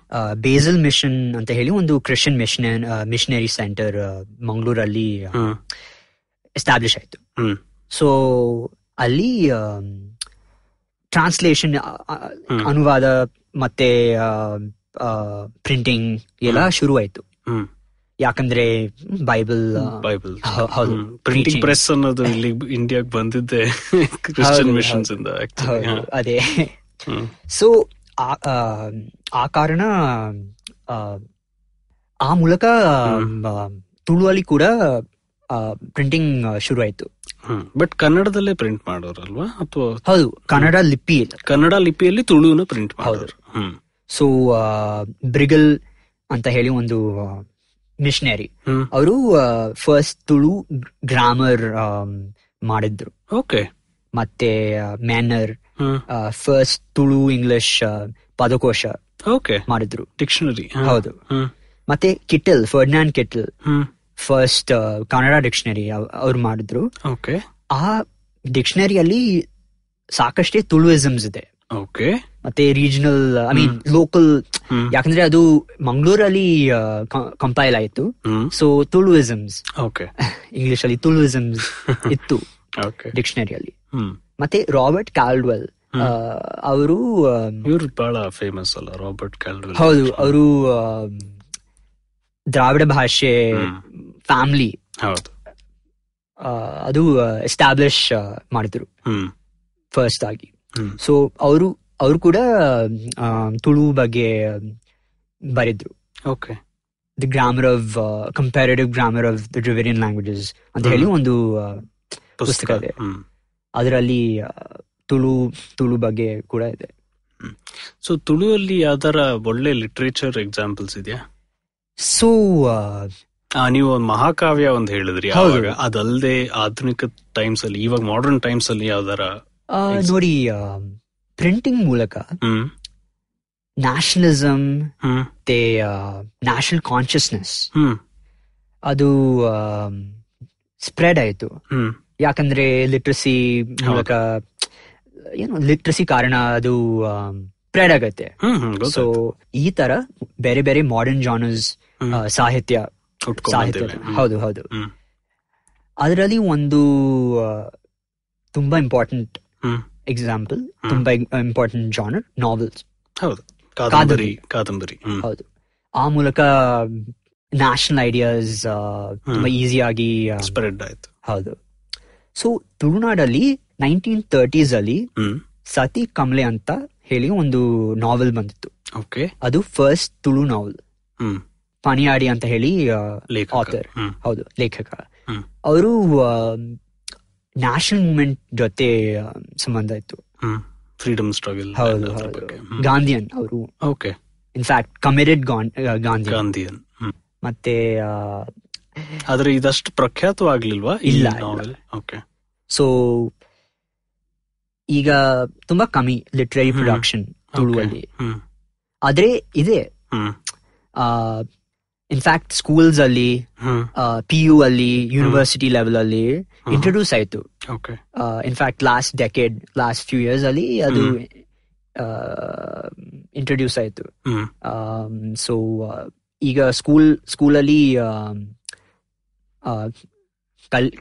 [SPEAKER 6] ಬೇಸಲ್ ಮಿಷನ್ ಅಂತ ಹೇಳಿ ಒಂದು uh, Christian mission missionary centre ಮಂಗಳೂರಲ್ಲಿ
[SPEAKER 2] ಹ್ಮ್.
[SPEAKER 6] ಎಸ್ಟಾಬ್ಲಿಷ್ ಆಯ್ತು
[SPEAKER 2] ಹ್ಮ್.
[SPEAKER 6] ಸೊ ಅಲ್ಲಿ um, ಟ್ರಾನ್ಸ್ಲೇಷನ್
[SPEAKER 2] ಹ್ಮ್.
[SPEAKER 6] ಅನುವಾದ ಮತ್ತೆ ಪ್ರಿಂಟಿಂಗ್ ಎಲ್ಲ ಶುರು ಆಯ್ತು
[SPEAKER 2] ಹ್ಮ್.
[SPEAKER 6] ಯಾಕಂದ್ರೆ ಬೈಬಲ್
[SPEAKER 2] ಬೈಬಲ್
[SPEAKER 6] ಹೌ- ಹೌದು.
[SPEAKER 2] Printing
[SPEAKER 6] Preaching.
[SPEAKER 2] ಪ್ರೆಸ್ ಅನ್ನೋದು ಇಲ್ಲಿ ಇಂಡಿಯಾಗ್ ಬಂದಿದ್ದೆ ಕ್ರಿಶ್ಚಿಯನ್
[SPEAKER 6] ಹೌದು,
[SPEAKER 2] ಮಿಷನ್ಸ್ ಇಂದ actually. ಹಾ.
[SPEAKER 6] ಅದೇ
[SPEAKER 2] ಹ್ಮ್.
[SPEAKER 6] ಸೊ ಆ ಆ, ಆ ಕಾರಣ ಆ, ಆ ಮೂಲಕ
[SPEAKER 2] ಹ್ಮ್.
[SPEAKER 6] ಆ, ತುಳುವಲ್ಲಿ ಕೂಡ ಪ್ರಿಂಟಿಂಗ್ ಶುರು ಆಯ್ತು
[SPEAKER 2] ಹ್ಮ್ ಬಟ್ ಕನ್ನಡದಲ್ಲೇ ಪ್ರಿಂಟ್ ಮಾಡೋರಲ್ವಾ ಅಥವಾ
[SPEAKER 6] ಹೌದು ಕನ್ನಡ ಲಿಪಿ
[SPEAKER 2] ಕನ್ನಡ ಲಿಪಿಯಲ್ಲಿ ತುಳುನ ಪ್ರಿಂಟ್ ಮಾಡೋರು ಹ್ಮ್
[SPEAKER 6] ಸೊ ಬ್ರಿಗಲ್ ಅಂತ ಹೇಳಿ ಒಂದು ಮಿಷನರಿ
[SPEAKER 2] ಹ್ಮ್
[SPEAKER 6] ಅವರು ಫಸ್ಟ್ ತುಳು ಗ್ರಾಮರ್ ಮಾಡಿದ್ರು
[SPEAKER 2] ಓಕೆ
[SPEAKER 6] ಮತ್ತೆ ಮ್ಯಾನರ್
[SPEAKER 2] ಹ್ಮ್
[SPEAKER 6] ಫಸ್ಟ್ ತುಳು ಇಂಗ್ಲಿಷ್ ಪದಕೋಶ
[SPEAKER 2] ಓಕೆ
[SPEAKER 6] ಮಾಡಿದ್ರು
[SPEAKER 2] ಡಿಕ್ಷನರಿ
[SPEAKER 6] ಹೌದು
[SPEAKER 2] ಹ್ಮ್.
[SPEAKER 6] ಮತ್ತೆ ಕಿಟಲ್ ಫರ್ಡಿನಾಂಡ್ ಕಿಟಲ್
[SPEAKER 2] ಹ್ಮ್
[SPEAKER 6] ಫಸ್ಟ್ ಕನ್ನಡ ಡಿಕ್ಷನರಿ ಅವ್ರು ಮಾಡಿದ್ರು
[SPEAKER 2] ಓಕೆ
[SPEAKER 6] ಆ ಡಿಕ್ಷನರಿಯಲ್ಲಿ ಸಾಕಷ್ಟೇ ತುಳುಯಿಸಮ್ಸ್ ಇದೆ
[SPEAKER 2] ಓಕೆ
[SPEAKER 6] ಮತ್ತೆ ರೀಜನಲ್ ಐ ಮೀನ್ ಲೋಕಲ್
[SPEAKER 2] ಹ್ಮ್
[SPEAKER 6] ಯಾಕಂದ್ರೆ ಅದು ಮಂಗಳೂರಲ್ಲಿ ಕಂಪೈಲ್ ಆಯಿತು
[SPEAKER 2] ಹ್ಮ್
[SPEAKER 6] ಸೊ ತುಳುಯಿಸಮ್ಸ್
[SPEAKER 2] ಓಕೆ
[SPEAKER 6] ಇಂಗ್ಲಿಷ್ ಅಲ್ಲಿ ತುಳುಯಿಸಮ್ಸ್ ಇತ್ತು
[SPEAKER 2] ಓಕೆ
[SPEAKER 6] ಡಿಕ್ಷನರಿಯಲ್ಲಿ
[SPEAKER 2] ಹ್ಮ್
[SPEAKER 6] ಮತ್ತೆ ರಾಬರ್ಟ್ ಕ್ಯಾಲ್ಡ್ವೆಲ್ ಅವರು
[SPEAKER 2] ಇವ್ರು ಬಹಳ ಫೇಮಸ್ ಅಲ್ಲ ರಾಬರ್ಟ್ ಕ್ಯಾಲ್ಡ್ವೆಲ್
[SPEAKER 6] ಹೌದು ಅವರು ದ್ರಾವಿಡ ಭಾಷೆ
[SPEAKER 2] ಹ್ಮ್.
[SPEAKER 6] ಫ್ಯಾಮಿಲಿ
[SPEAKER 2] ಹೌದು
[SPEAKER 6] ಅದು ಎಸ್ಟಾಬ್ಲಿಷ್ ಮಾಡಿದ್ರು
[SPEAKER 2] ಹ್ಮ್
[SPEAKER 6] ಫಸ್ಟ್ ಆಗಿ
[SPEAKER 2] ಹ್ಮ್.
[SPEAKER 6] ಸೊ ಅವರು ಅವರು ಕೂಡ ಆ, ತುಳು ಬಗ್ಗೆ ಬರೆದ್ರು
[SPEAKER 2] okay
[SPEAKER 6] the grammar of comparative grammar of the Dravidian languages ಅಂತ ಹೇಳಿ
[SPEAKER 2] ಹ್ಮ್.
[SPEAKER 6] ಒಂದು ಆ, ಪುಸ್ತಕ
[SPEAKER 2] ಪುಸ್ತಕ
[SPEAKER 6] ಇದೆ.
[SPEAKER 2] ಹ್ಮ್
[SPEAKER 6] ಅದರಲ್ಲಿ ಆ, ತುಳು ತುಳು ಬಗ್ಗೆ ಕೂಡ ಇದೆ
[SPEAKER 2] ಸೊ ತುಳುವಲ್ಲಿ ಯಾವ್ದಾರ ಒಳ್ಳೆ ಲಿಟ್ರೇಚರ್ ಎಕ್ಸಾಂಪಲ್ಸ್ ಇದೆಯಾ
[SPEAKER 6] ಸೊ
[SPEAKER 2] ಆ, ನೀವು ಒಂದ್ ಮಹಾಕಾವ್ಯ ಒಂದ್ ಹೇಳಿದ್ರಿ
[SPEAKER 6] ಹೌದು.
[SPEAKER 2] ಆವಾಗ ಅದಲ್ದೆ ಆಧುನಿಕ ಟೈಮ್ಸ್ ಅಲ್ಲಿ ಇವಾಗ ಮಾಡರ್ನ್ ಟೈಮ್ಸ್ ಅಲ್ಲಿ ಯಾವ್ದಾರ Ex-
[SPEAKER 6] ನೋಡಿ ಪ್ರಿಂಟಿಂಗ್ ಮೂಲಕ
[SPEAKER 2] ಹ್ಮ್
[SPEAKER 6] ನ್ಯಾಷನಲಿಸಮ್
[SPEAKER 2] ಹ್ಮ್
[SPEAKER 6] ಮತ್ತೆ ನ್ಯಾಷನಲ್ ಕಾನ್ಶಿಯಸ್ನೆಸ್
[SPEAKER 2] ಹ್ಮ್
[SPEAKER 6] ಅದು ಸ್ಪ್ರೆಡ್ ಆಯಿತು
[SPEAKER 2] ಹ್ಮ್
[SPEAKER 6] ಯಾಕಂದ್ರೆ ಲಿಟ್ರಸಿ ಮೂಲಕ ಏನು ಲಿಟ್ರಸಿ ಕಾರಣ ಅದು ಸ್ಪ್ರೆಡ್ ಆಗತ್ತೆ
[SPEAKER 2] ಹ್ಮ್ ಹ್ಮ್
[SPEAKER 6] ಸೊ
[SPEAKER 2] ಗೊತ್ತಾಯ್ತು.
[SPEAKER 6] ಈ ತರ ಬೇರೆ ಬೇರೆ ಮಾಡರ್ನ್ ಜಾನರ್ಸ್
[SPEAKER 2] ಹ್ಮ್.
[SPEAKER 6] ಸಾಹಿತ್ಯ
[SPEAKER 2] ಉಟ್ಕೊಂಡ್
[SPEAKER 6] ಸಾಹಿತ್ಯ
[SPEAKER 2] ಬಂದಿವೆ. ಹ್ಮ್.
[SPEAKER 6] ಹೌದು ಹೌದು
[SPEAKER 2] ಹ್ಮ್.
[SPEAKER 6] ಅದರಲ್ಲಿ ಒಂದು ಆ, ತುಂಬಾ ಇಂಪಾರ್ಟೆಂಟ್
[SPEAKER 2] ಹ್ಮ್.
[SPEAKER 6] ಎಕ್ಸಾಂಪಲ್ ತುಂಬಾ ಇಂಪಾರ್ಟೆಂಟ್ ಜಾನರ್ ನಾವೆಲ್ಸ್
[SPEAKER 2] ಹೌದು ಕಾದಂಬರಿ ಕಾದಂಬರಿ ಹ್ಮ್
[SPEAKER 6] ಹೌದು ಆ ಮೂಲಕ ನ್ಯಾಷನಲ್ ಐಡಿಯಾಸ್ ತುಂಬಾ ಈಸಿಯಾಗಿ
[SPEAKER 2] ಸ್ಪ್ರೆಡ್ ಆಯ್ತು
[SPEAKER 6] ಹೌದು ಸೊ ತುಳುನಾಡಲ್ಲಿ ನೈನ್ಟೀನ್ ತರ್ಟೀಸ್ ಅಲ್ಲಿ
[SPEAKER 2] ಹ್ಮ್
[SPEAKER 6] ಸತಿ ಕಮಲೆ ಅಂತ ಹೇಳಿ ಒಂದು ನಾವೆಲ್ ಬಂದಿತ್ತು
[SPEAKER 2] ಓಕೆ
[SPEAKER 6] ಅದು ಫಸ್ಟ್ ತುಳು ನಾವೆಲ್
[SPEAKER 2] ಹ್ಮ್
[SPEAKER 6] ಪಣಿಯಾಡಿ ಅಂತ ಹೇಳಿ ಆ,
[SPEAKER 2] ಲೇಖಕ.
[SPEAKER 6] author.
[SPEAKER 2] ಹ್ಮ್
[SPEAKER 6] ಹೌದು ಲೇಖಕ
[SPEAKER 2] ಹ್ಮ್.
[SPEAKER 6] ಅವರು ನ್ಯಾಷನಲ್ ಮೂವ್ಮೆಂಟ್ ಜೊತೆ ಆ, ಸಂಬಂಧ ಇತ್ತು
[SPEAKER 2] ಹ್ಮ್ ಫ್ರೀಡಮ್ ಸ್ಟ್ರಗಲ್
[SPEAKER 6] ಹೌದು
[SPEAKER 2] ಅದ್ರ
[SPEAKER 6] ಹೌದು.
[SPEAKER 2] ಬಗ್ಗೆ. ಹ್ಮ್.
[SPEAKER 6] ಗಾಂಧಿಯನ್ ಅವರು
[SPEAKER 2] okay
[SPEAKER 6] in fact committed Gandhi
[SPEAKER 2] Gandhian ಹ್ಮ್
[SPEAKER 6] ಮತ್ತೆ
[SPEAKER 2] ಆದ್ರೆ ಇದಷ್ಟು ಪ್ರಖ್ಯಾತವಾಗ್ಲಿಲ್ವಾ ಈ
[SPEAKER 6] ಇಲ್ಲ,
[SPEAKER 2] novel? ಓಕೆ
[SPEAKER 6] ಸೊ ಈಗ ತುಂಬಾ ಕಮ್ಮಿ ಲಿಟ್ರರಿ
[SPEAKER 2] ಹ್ಮ್.
[SPEAKER 6] ಪ್ರೊಡಕ್ಷನ್ ತುಳುವಲ್ಲಿ
[SPEAKER 2] ಹ್ಮ್
[SPEAKER 6] ಆದ್ರೆ ಇದೆ
[SPEAKER 2] ಹ್ಮ್
[SPEAKER 6] ಇನ್ಫ್ಯಾಕ್ಟ್ ಸ್ಕೂಲ್ಸ್ ಅಲ್ಲಿ
[SPEAKER 2] ಹ್ಮ್
[SPEAKER 6] ಪಿ ಯು ಅಲ್ಲಿ ಯೂನಿವರ್ಸಿಟಿ ಲೆವೆಲ್ ಅಲ್ಲಿ
[SPEAKER 2] ಹ್ಮ್.
[SPEAKER 6] ಇಂಟ್ರೊಡ್ಯೂಸ್ ಆಯ್ತು
[SPEAKER 2] okay
[SPEAKER 6] in fact last decade last few years ಅಲ್ಲಿ ಅದು
[SPEAKER 2] ಹ್ಮ್.
[SPEAKER 6] ಇಂಟ್ರೊಡ್ಯೂಸ್ ಆಯ್ತು
[SPEAKER 2] ಹ್ಮ್
[SPEAKER 6] ಸೊ ಈಗ um, ಸ್ಕೂಲ್ ಸ್ಕೂಲಲ್ಲಿ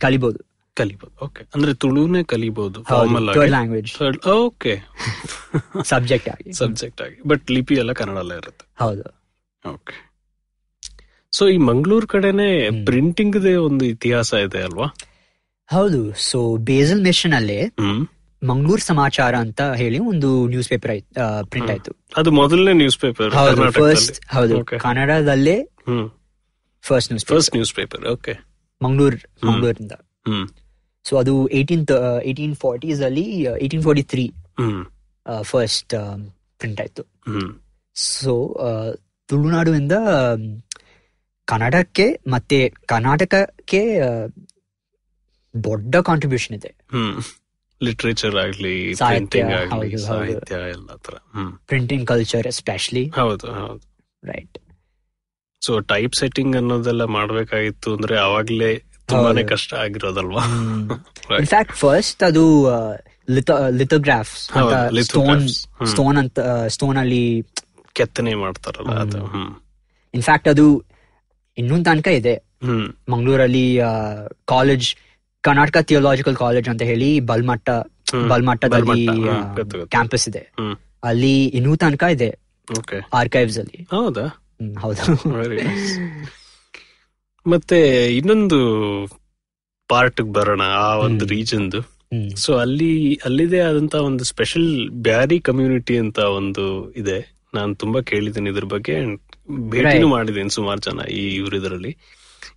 [SPEAKER 6] ಕಲಿಬಹುದು
[SPEAKER 2] ಕಲಿಬಹುದು ಓಕೆ ಅಂದ್ರೆ ತುಳುನೇ ಕಲಿಬಹುದು ಫಾರ್ಮಲ್
[SPEAKER 6] ಥರ್ಡ್
[SPEAKER 2] ಆಗಿ
[SPEAKER 6] ಲ್ಯಾಂಗ್ವೇಜ್
[SPEAKER 2] ಓಕೆ
[SPEAKER 6] ಸಬ್ಜೆಕ್ಟ್ ಆಗಿ
[SPEAKER 2] ಸಬ್ಜೆಕ್ಟ್ ಆಗಿ ಬಟ್ ಲಿಪಿ ಎಲ್ಲ ಕನ್ನಡ ಅಲ್ಲೇ ಇರುತ್ತೆ
[SPEAKER 6] ಹೌದು
[SPEAKER 2] ಓಕೆ ಸೊ ಈ ಮಂಗಳೂರು ಕಡೆನೆ
[SPEAKER 6] ಹ್ಮ್.
[SPEAKER 2] ಪ್ರಿಂಟಿಂಗ್ ಒಂದು ಇತಿಹಾಸ ಇದೆ ಅಲ್ವಾ
[SPEAKER 6] ಹೌದು ಸೊ ಬೇಸಲ್ ಮಿಷನ್ ಅಲ್ಲೇ
[SPEAKER 2] ಹ್ಮ್
[SPEAKER 6] ಮಂಗಳೂರು ಸಮಾಚಾರ ಅಂತ ಹೇಳಿ ಒಂದು ನ್ಯೂಸ್ ಪೇಪರ್ ಪ್ರಿಂಟ್
[SPEAKER 2] ಹ್ಮ್.
[SPEAKER 6] ಆಯ್ತು
[SPEAKER 2] ಅದು ಮೊದಲನೇ ನ್ಯೂಸ್ ಪೇಪರ್
[SPEAKER 6] ಹೌದು ಫಸ್ಟ್
[SPEAKER 2] ಕರ್ನಾಟಕದಲ್ಲಿ
[SPEAKER 6] ಹೌದು
[SPEAKER 2] Okay.
[SPEAKER 6] ಕನ್ನಡದಲ್ಲೇ
[SPEAKER 2] ಹ್ಮ್
[SPEAKER 6] first news
[SPEAKER 2] first news paper okay
[SPEAKER 6] Mangaluru ಮಂಗಳೂರಿಂದ
[SPEAKER 2] ಹ್ಮ್
[SPEAKER 6] ಸೊ ಅದು ಏಯ್ಟೀನ್ ಏಯ್ಟೀನ್ ಫಾರ್ಟೀಸ್ ಅಲ್ಲಿ uh, ಏಯ್ಟೀನ್ ಫಾರ್ಟಿ ತ್ರೀ
[SPEAKER 2] ಹ್ಮ್
[SPEAKER 6] uh, ಫಸ್ಟ್ ಪ್ರಿಂಟ್ ಆಯ್ತು uh,
[SPEAKER 2] ಹ್ಮ್
[SPEAKER 6] ಸೊ ತುಳುನಾಡುವಿಂದ ಆಮ್, ಕನ್ನಡಕ್ಕೆ um, ಮತ್ತೆ ಕರ್ನಾಟಕಕ್ಕೆ ಆ, ದೊಡ್ಡ ಕಾಂಟ್ರಿಬ್ಯೂಷನ್ ಇದೆ
[SPEAKER 2] ಹ್ಮ್ ಲಿಟ್ರೇಚರ್ ಆಗ್ಲಿ
[SPEAKER 6] ಸಾಹಿತ್ಯ,
[SPEAKER 2] ಪ್ರಿಂಟಿಂಗ್ ಆಗ್ಲಿ
[SPEAKER 6] ಹೌದು, ಹೌದು.
[SPEAKER 2] ಸಾಹಿತ್ಯ ಎಲ್ಲ ತರ ಹ್ಮ್
[SPEAKER 6] ಪ್ರಿಂಟಿಂಗ್ ಕಲ್ಚರ್ ಎಸ್ಪೆಷಲಿ
[SPEAKER 2] ಹೌದು ಹೌದು
[SPEAKER 6] ರೈಟ್
[SPEAKER 2] ಸೊ ಟೈಪ್ ಸೆಟ್ಟಿಂಗ್ ಅನ್ನೋದೆಲ್ಲ ಮಾಡ್ಬೇಕಾಗಿತ್ತು ಅಂದ್ರೆ ಅವಾಗ್ಲೇ ತುಂಬಾನೇ
[SPEAKER 6] ಹೌದು.
[SPEAKER 2] ಕಷ್ಟ ಆಗಿರೋದಲ್ವಾ Right.
[SPEAKER 6] ಇನ್ಫ್ಯಾಕ್ಟ್ ಫಸ್ಟ್ ಅದು uh, ಲಿಥೋಗ್ರಾಫ್ಸ್
[SPEAKER 2] ಹೌದು,
[SPEAKER 6] ಸ್ಟೋನ್
[SPEAKER 2] lithographs. ಹ್ಮ್.
[SPEAKER 6] ಸ್ಟೋನ್ ಅಂತ ಸ್ಟೋನ್ ಅಲ್ಲಿ
[SPEAKER 2] ಕೆತ್ತನೆ ಮಾಡ್ತಾರಲ್ಲ ಅದು ಹ್ಮ್
[SPEAKER 6] ಇನ್ಫ್ಯಾಕ್ಟ್ ಅದು ಇನ್ನೊಂದು ತನಕ ಇದೆ
[SPEAKER 2] ಹ್ಮ್
[SPEAKER 6] ಮಂಗಳೂರಲ್ಲಿ ಕಾಲೇಜ್ ಕರ್ನಾಟಕ ಥಿಯೋಲಾಜಿಕಲ್ ಕಾಲೇಜ್ ಅಂತ ಹೇಳಿ ಬಲ್ಮಟ್ಟ
[SPEAKER 2] ಹ್ಮ್.
[SPEAKER 6] ಬಲ್ಮಟ್ಟದಲ್ಲಿ
[SPEAKER 2] ಬಲ್ಮಟ್ಟ, ಹ್ಮ್, ಗೊತ್ತು, ಗೊತ್ತು.
[SPEAKER 6] ಕ್ಯಾಂಪಸ್ ಇದೆ
[SPEAKER 2] ಹ್ಮ್.
[SPEAKER 6] ಅಲ್ಲಿ ಇನ್ನೂ ತನಕ ಇದೆ
[SPEAKER 2] ಓಕೆ
[SPEAKER 6] ಆರ್ಕೈವ್ಸ್ ಅಲ್ಲಿ
[SPEAKER 2] ಹೌದಾ
[SPEAKER 6] ಹ್ಮ್, ಹೌದು
[SPEAKER 2] Very nice. ಮತ್ತೆ ಇನ್ನೊಂದು ಪಾರ್ಟ್ ಬರೋಣ ಆ ಒಂದು
[SPEAKER 6] ಹ್ಮ್.
[SPEAKER 2] ರೀಜನ್ದು
[SPEAKER 6] ಹ್ಮ್.
[SPEAKER 2] ಸೊ ಅಲ್ಲಿ ಅಲ್ಲಿದೆ ಆದಂತ ಒಂದು ಸ್ಪೆಷಲ್ ಬ್ಯಾರಿ ಕಮ್ಯುನಿಟಿ ಅಂತ ಒಂದು ಇದೆ ನಾನು ತುಂಬಾ ಕೇಳಿದ್ದೀನಿ ಇದ್ರ ಬಗ್ಗೆ and ಭೇಟಿನೂ
[SPEAKER 6] Right.
[SPEAKER 2] ಮಾಡಿದ್ದೀನಿ ಸುಮಾರು ಜನ ಈ ಇವ್ರ ಇದರಲ್ಲಿ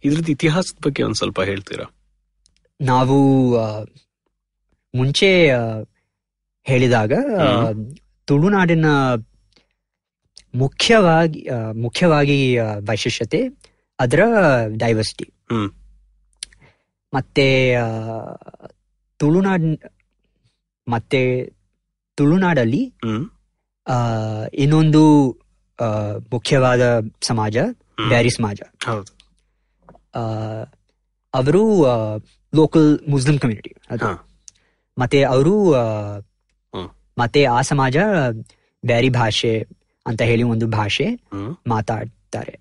[SPEAKER 2] ಇದ್ರದ್ದು ಇತಿಹಾಸದ ಬಗ್ಗೆ ಒಂದ್ ಸ್ವಲ್ಪ ಹೇಳ್ತೀರಾ
[SPEAKER 6] ನಾವು ಆ, ಮುಂಚೆ ಆ, ಹೇಳಿದಾಗ ಆ, ತುಳುನಾಡಿನ ಮುಖ್ಯವಾಗಿ ಆ, ಮುಖ್ಯವಾಗಿ ಆ, ವೈಶಿಷ್ಟ್ಯತೆ ಅದರ ಡೈವರ್ಸಿಟಿ
[SPEAKER 2] ಹ್ಮ್.
[SPEAKER 6] ಮತ್ತೆ ಆ, ತುಳುನಾಡ್ ಮತ್ತೆ ತುಳುನಾಡಲ್ಲಿ
[SPEAKER 2] ಹ್ಮ್
[SPEAKER 6] ಆ, ಇನ್ನೊಂದು ಆ, ಮುಖ್ಯವಾದ ಸಮಾಜ
[SPEAKER 2] ಹ್ಮ್.
[SPEAKER 6] ಬ್ಯಾರಿ ಸಮಾಜ
[SPEAKER 2] ಹೌದು
[SPEAKER 6] ಅವರು ಲೋಕಲ್ ಮುಸ್ಲಿಂ ಕಮ್ಯುನಿಟಿ
[SPEAKER 2] ಹಾ.
[SPEAKER 6] ಮತ್ತೆ ಅವರು
[SPEAKER 2] ಹ್ಮ್.
[SPEAKER 6] ಮತ್ತೆ ಆ ಸಮಾಜ ಬ್ಯಾರಿ ಭಾಷೆ ಅಂತ ಹೇಳಿ ಒಂದು ಭಾಷೆ
[SPEAKER 2] ಹ್ಮ್
[SPEAKER 6] ಮಾತಾಡ್ತಾರೆ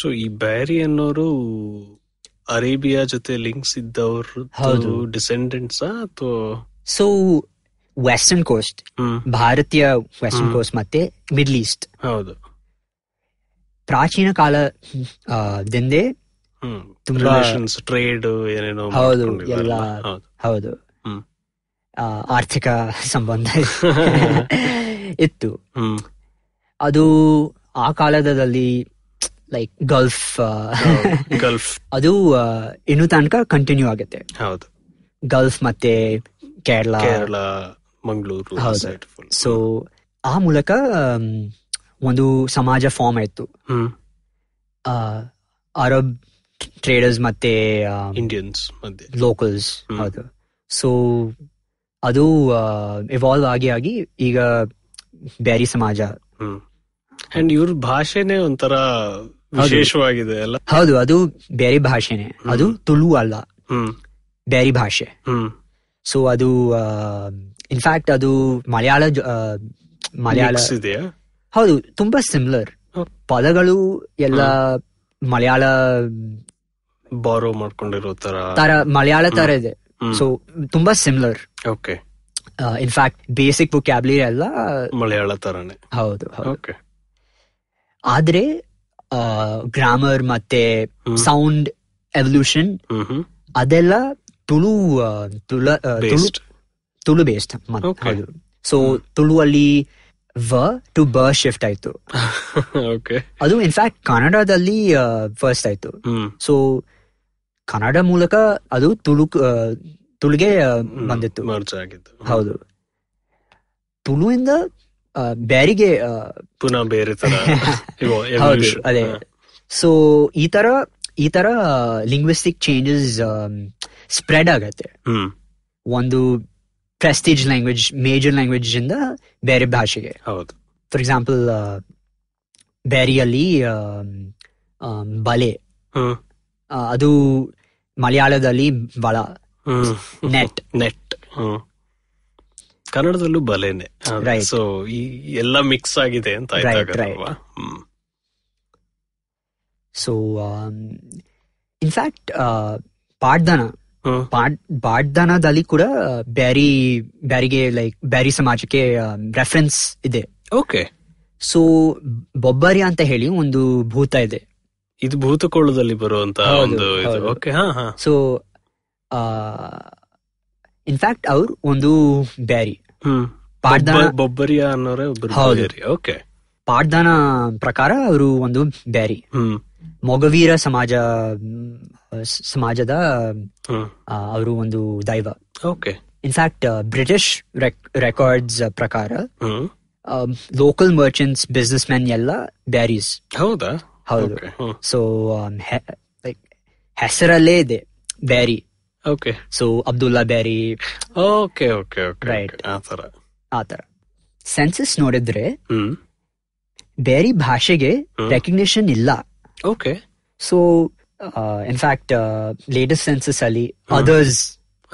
[SPEAKER 2] ಸೊ ಈ ಬ್ಯಾರಿ ಅನ್ನೋರು ಅರೇಬಿಯಾ ಜೊತೆ ಲಿಂಕ್ಸ್ ಇದ್ದವ್ರು
[SPEAKER 6] ಹೌದು.
[SPEAKER 2] ಡಿಸೆಂಡೆಂಟ್ಸ್ ಅಥವಾ
[SPEAKER 6] ಸೊ ವೆಸ್ಟರ್ನ್ ಕೋಸ್ಟ್
[SPEAKER 2] ಹ್ಮ್
[SPEAKER 6] ಭಾರತೀಯ ವೆಸ್ಟರ್ನ್
[SPEAKER 2] ಹ್ಮ್.
[SPEAKER 6] ಕೋಸ್ಟ್ ಮತ್ತೆ ಮಿಡ್ಲ್ ಈಸ್ಟ್
[SPEAKER 2] ಹೌದು
[SPEAKER 6] ಪ್ರಾಚೀನ ಕಾಲ ಆ, ದಿಂದೇ
[SPEAKER 2] ಹ್ಮ್
[SPEAKER 6] ತುಂಬಾ-
[SPEAKER 2] ರಿಲೇಷನ್ಸ್ ಟ್ರೇಡ್ ಏನೇನೋ
[SPEAKER 6] ಹೌದು,
[SPEAKER 2] ಮಾಡ್ಕೊಂಡಿದ್ದಾರಲ್ಲ.
[SPEAKER 6] ಎಲ್ಲ-
[SPEAKER 2] ಹೌದು
[SPEAKER 6] ಹೌದು
[SPEAKER 2] ಹ್ಮ್.
[SPEAKER 6] ಆ, ಆರ್ಥಿಕ ಸಂಬಂಧ ಇತ್ತು
[SPEAKER 2] ಹ್ಮ್
[SPEAKER 6] ಅದು ಆ ಕಾಲದಲ್ಲಿ ಲೈಕ್ ಗಲ್ಫ್
[SPEAKER 2] ಗಲ್ಫ್
[SPEAKER 6] ಅದು ಆ, ಇನ್ನೂ ತನಕ ಕಂಟಿನ್ಯೂ ಆಗುತ್ತೆ
[SPEAKER 2] ಹೌದು
[SPEAKER 6] ಗಲ್ಫ್ ಮತ್ತೆ ಕೇರಳ
[SPEAKER 2] ಕೇರಳ ಮಂಗಳೂರು
[SPEAKER 6] ಹೌದು. ಸೊ ಆ ಮೂಲಕ ಆಮ್, ಒಂದು ಸಮಾಜ ಫಾರ್ಮ್ ಆಯ್ತು
[SPEAKER 2] ಹ್ಮ್
[SPEAKER 6] ಆ, ಅರಬ್ ಟ್ರೇಡರ್ಸ್ ಮತ್ತೆ
[SPEAKER 2] ಇಂಡಿಯನ್ಸ್ ಮಧ್ಯೆ
[SPEAKER 6] ಲೋಕಲ್ಸ್
[SPEAKER 2] ಹ್ಮ್.
[SPEAKER 6] ಹೌದು ಸೊ ಅದು ಇವಾಲ್ವ್ ಆಗಿ ಆಗಿ ಈಗ ಬ್ಯಾರಿ ಸಮಾಜ
[SPEAKER 2] ಹ್ಮ್ ಅಂಡ್ ಇವ್ರ ಭಾಷೆನೆ ಒಂಥರ ವಿಶೇಷವಾಗಿದೆ ಅಲ್ಲ
[SPEAKER 6] ಹೌದು ಅದು ಬೇರೆ ಭಾಷೆನೆ ಅದು ತುಳು ಅಲ್ಲ
[SPEAKER 2] ಹ್ಮ್
[SPEAKER 6] ಬೇರೆ ಭಾಷೆ
[SPEAKER 2] ಹ್ಮ್
[SPEAKER 6] ಸೊ ಅದು ಇನ್ಫ್ಯಾಕ್ಟ್ ಅದು ಮಲಯಾಳ ಜೊ- ಆ, ಮಲಯಾಳ
[SPEAKER 2] Mix ಇದೆಯಾ
[SPEAKER 6] ಹೌದು ತುಂಬಾ ಸಿಮಿಲರ್
[SPEAKER 2] ಹ್ಮ್.
[SPEAKER 6] ಪದಗಳು ಎಲ್ಲ ಮಲಯಾಳ
[SPEAKER 2] ಬಾರೋ ಮಾಡ್ಕೊಂಡಿರೋ ತರ
[SPEAKER 6] ತರ ಮಲಯಾಳ ತರ ಇದೆ ಸೊ ತುಂಬಾ similar
[SPEAKER 2] okay
[SPEAKER 6] in fact basic vocabulary ಎಲ್ಲ
[SPEAKER 2] ಮಲಯಾಳ ತರಾನೇ
[SPEAKER 6] ಹೌದು ಹೌದು
[SPEAKER 2] ಓಕೆ
[SPEAKER 6] ಆದ್ರೆ ಗ್ರಾಮರ್ ಮತ್ತೆ
[SPEAKER 2] ಹ್ಮ್.
[SPEAKER 6] ಸೌಂಡ್ ಎವಲ್ಯೂಷನ್
[SPEAKER 2] ಹ್ಮ್ ಹ್ಮ್
[SPEAKER 6] ಅದೆಲ್ಲ ತುಳು ಆ, ತುಳ ಆ, Tulu
[SPEAKER 2] based
[SPEAKER 6] Tulu based
[SPEAKER 2] Okay.
[SPEAKER 6] ಹೌದು ಸೊ ತುಳುವಲ್ಲಿ ವ ಟು ಬ ಶಿಫ್ಟ್ ಆಯ್ತು
[SPEAKER 2] ಓಕೆ
[SPEAKER 6] ಅದು ಇನ್ಫ್ಯಾಕ್ಟ್ ಕನ್ನಡದಲ್ಲಿ ಫಸ್ಟ್ ಆಯ್ತು
[SPEAKER 2] ಹ್ಮ್
[SPEAKER 6] ಸೊ ಕನ್ನಡ ಮೂಲಕ ಅದು ತುಳು ಆ, ತುಳುಗೆ ಆ, ಬಂದಿತ್ತು
[SPEAKER 2] ಮರ್ಜ್ ಆಗಿದ್ದು
[SPEAKER 6] ಹೌದು ತುಳುವಿಂದ ಆ, ಬ್ಯಾರಿಗೆ ಆ,
[SPEAKER 2] ಪುನಃ ಬೇರೆ ತರ ಇವು
[SPEAKER 6] ಹೌದು
[SPEAKER 2] evolution.
[SPEAKER 6] ಅದೇ
[SPEAKER 2] ಹ.
[SPEAKER 6] ಸೊ ಈ ತರ ಈ ತರ ಲಿಂಗ್ವಿಸ್ಟಿಕ್ ಚೇಂಜಸ್ ಸ್ಪ್ರೆಡ್ ಆಗತ್ತೆ
[SPEAKER 2] ಹ್ಮ್
[SPEAKER 6] ಒಂದು ಪ್ರೆಸ್ಟೀಜ್ ಲ್ಯಾಂಗ್ವೇಜ್ ಮೇಜರ್ ಲ್ಯಾಂಗ್ವೇಜ್ ಇಂದ ಬೇರೆ ಭಾಷೆಗೆ
[SPEAKER 2] ಹೌದು
[SPEAKER 6] ಫಾರ್ ಎಕ್ಸಾಂಪಲ್ ಬ್ಯಾರಿಯಲ್ಲಿ ಬಲೆ
[SPEAKER 2] ಹ್ಮ್
[SPEAKER 6] ಆ, ಅದು ಮಲಯಾಳದಲ್ಲಿ ಬಳ
[SPEAKER 2] ಹ್ಮ್
[SPEAKER 6] ನೆಟ್
[SPEAKER 2] ನೆಟ್ ಹ್ಮ್ ಕನ್ನಡದಲ್ಲೂ ಬಲೆನೆ
[SPEAKER 6] Right.
[SPEAKER 2] ಸೊ ಈ ಎಲ್ಲ ಮಿಕ್ಸ್ ಆಗಿದೆ ಅಂತ
[SPEAKER 6] Right, right.
[SPEAKER 2] ಆಯ್ತಾಗಲ್ವಾ ಹ್ಮ್
[SPEAKER 6] ಸೊ um, ಇನ್ಫ್ಯಾಕ್ಟ್ ಪಾಡ್ದನ
[SPEAKER 2] ಹ್ಮ್
[SPEAKER 6] ಪಾಡ್ ಪಾಡ್ದನದಲ್ಲಿ ಕೂಡ ಬ್ಯಾರಿ ಬ್ಯಾರಿಗೆ ಲೈಕ್ ಬ್ಯಾರಿ ಸಮಾಜಕ್ಕೆ ರೆಫರೆನ್ಸ್ ಇದೆ
[SPEAKER 2] ಓಕೆ
[SPEAKER 6] ಸೊ ಬೊಬ್ಬರಿ ಅಂತ ಹೇಳಿ ಒಂದು ಭೂತ ಇದೆ
[SPEAKER 2] ಇದು ಭೂತಕೋಳದಲ್ಲಿ ಬರುವಂತ
[SPEAKER 6] ಹೌದು,
[SPEAKER 2] ಒಂದು ಇದು
[SPEAKER 6] ಹೌದು.
[SPEAKER 2] ಓಕೆ ಹಾ ಹಾ
[SPEAKER 6] ಸೊ ಇನ್ಫ್ಯಾಕ್ಟ್ ಅವ್ರು ಒಂದು ಬ್ಯಾರಿ
[SPEAKER 2] ಹ್ಮ್
[SPEAKER 6] ಪಾಡ್ದನ
[SPEAKER 2] ಬೊಬ್ಬ- ಬೊಬ್ಬರಿಯ ಅನ್ನೋರೆ
[SPEAKER 6] ಹೌದು.
[SPEAKER 2] ಒಬ್ಬರು ಓಕೆ
[SPEAKER 6] ಪಾಡ್ದನ ಪ್ರಕಾರ ಅವರು ಒಂದು ಬ್ಯಾರಿ
[SPEAKER 2] ಹ್ಮ್
[SPEAKER 6] ಮೊಗವೀರ ಸಮಾಜ ಮ್, ಸ- ಸಮಾಜದ
[SPEAKER 2] ಹ್ಮ್
[SPEAKER 6] ಅವರು ಒಂದು ದೈವ
[SPEAKER 2] ಓಕೆ
[SPEAKER 6] ಇನ್ಫ್ಯಾಕ್ಟ್ ಬ್ರಿಟಿಷ್ ರೆಕಾರ್ಡ್ಸ್ ಪ್ರಕಾರ
[SPEAKER 2] ಹ್ಮ್
[SPEAKER 6] ಲೋಕಲ್ ಮರ್ಚೆಂಟ್ಸ್ ಬಿಸ್ನೆಸ್ ಮೆನ್ ಎಲ್ಲ ಬ್ಯಾರೀಸ್
[SPEAKER 2] ಹೌದಾ
[SPEAKER 6] ಹೌದು
[SPEAKER 2] ಓಕೆ ಹ್ಮ್
[SPEAKER 6] ಸೊ ಲೈಕ್ ಹೆಸರಲ್ಲೇ ಇದೆ Beary
[SPEAKER 2] okay
[SPEAKER 6] so Abdullah Beary
[SPEAKER 2] okay okay okay
[SPEAKER 6] Right.
[SPEAKER 2] ಆ ತರ
[SPEAKER 6] ಆ ಥರ ಸೆನ್ಸಸ್ ನೋಡಿದ್ರೆ
[SPEAKER 2] ಹ್ಮ್
[SPEAKER 6] ಬ್ಯಾರಿ ಭಾಷೆಗೆ
[SPEAKER 2] ಹ್ಮ್.
[SPEAKER 6] ರೆಕಗ್ನಿಷನ್ ಇಲ್ಲ
[SPEAKER 2] okay
[SPEAKER 6] so in fact latest census ಅಲ್ಲಿ ಅದರ್ಸ್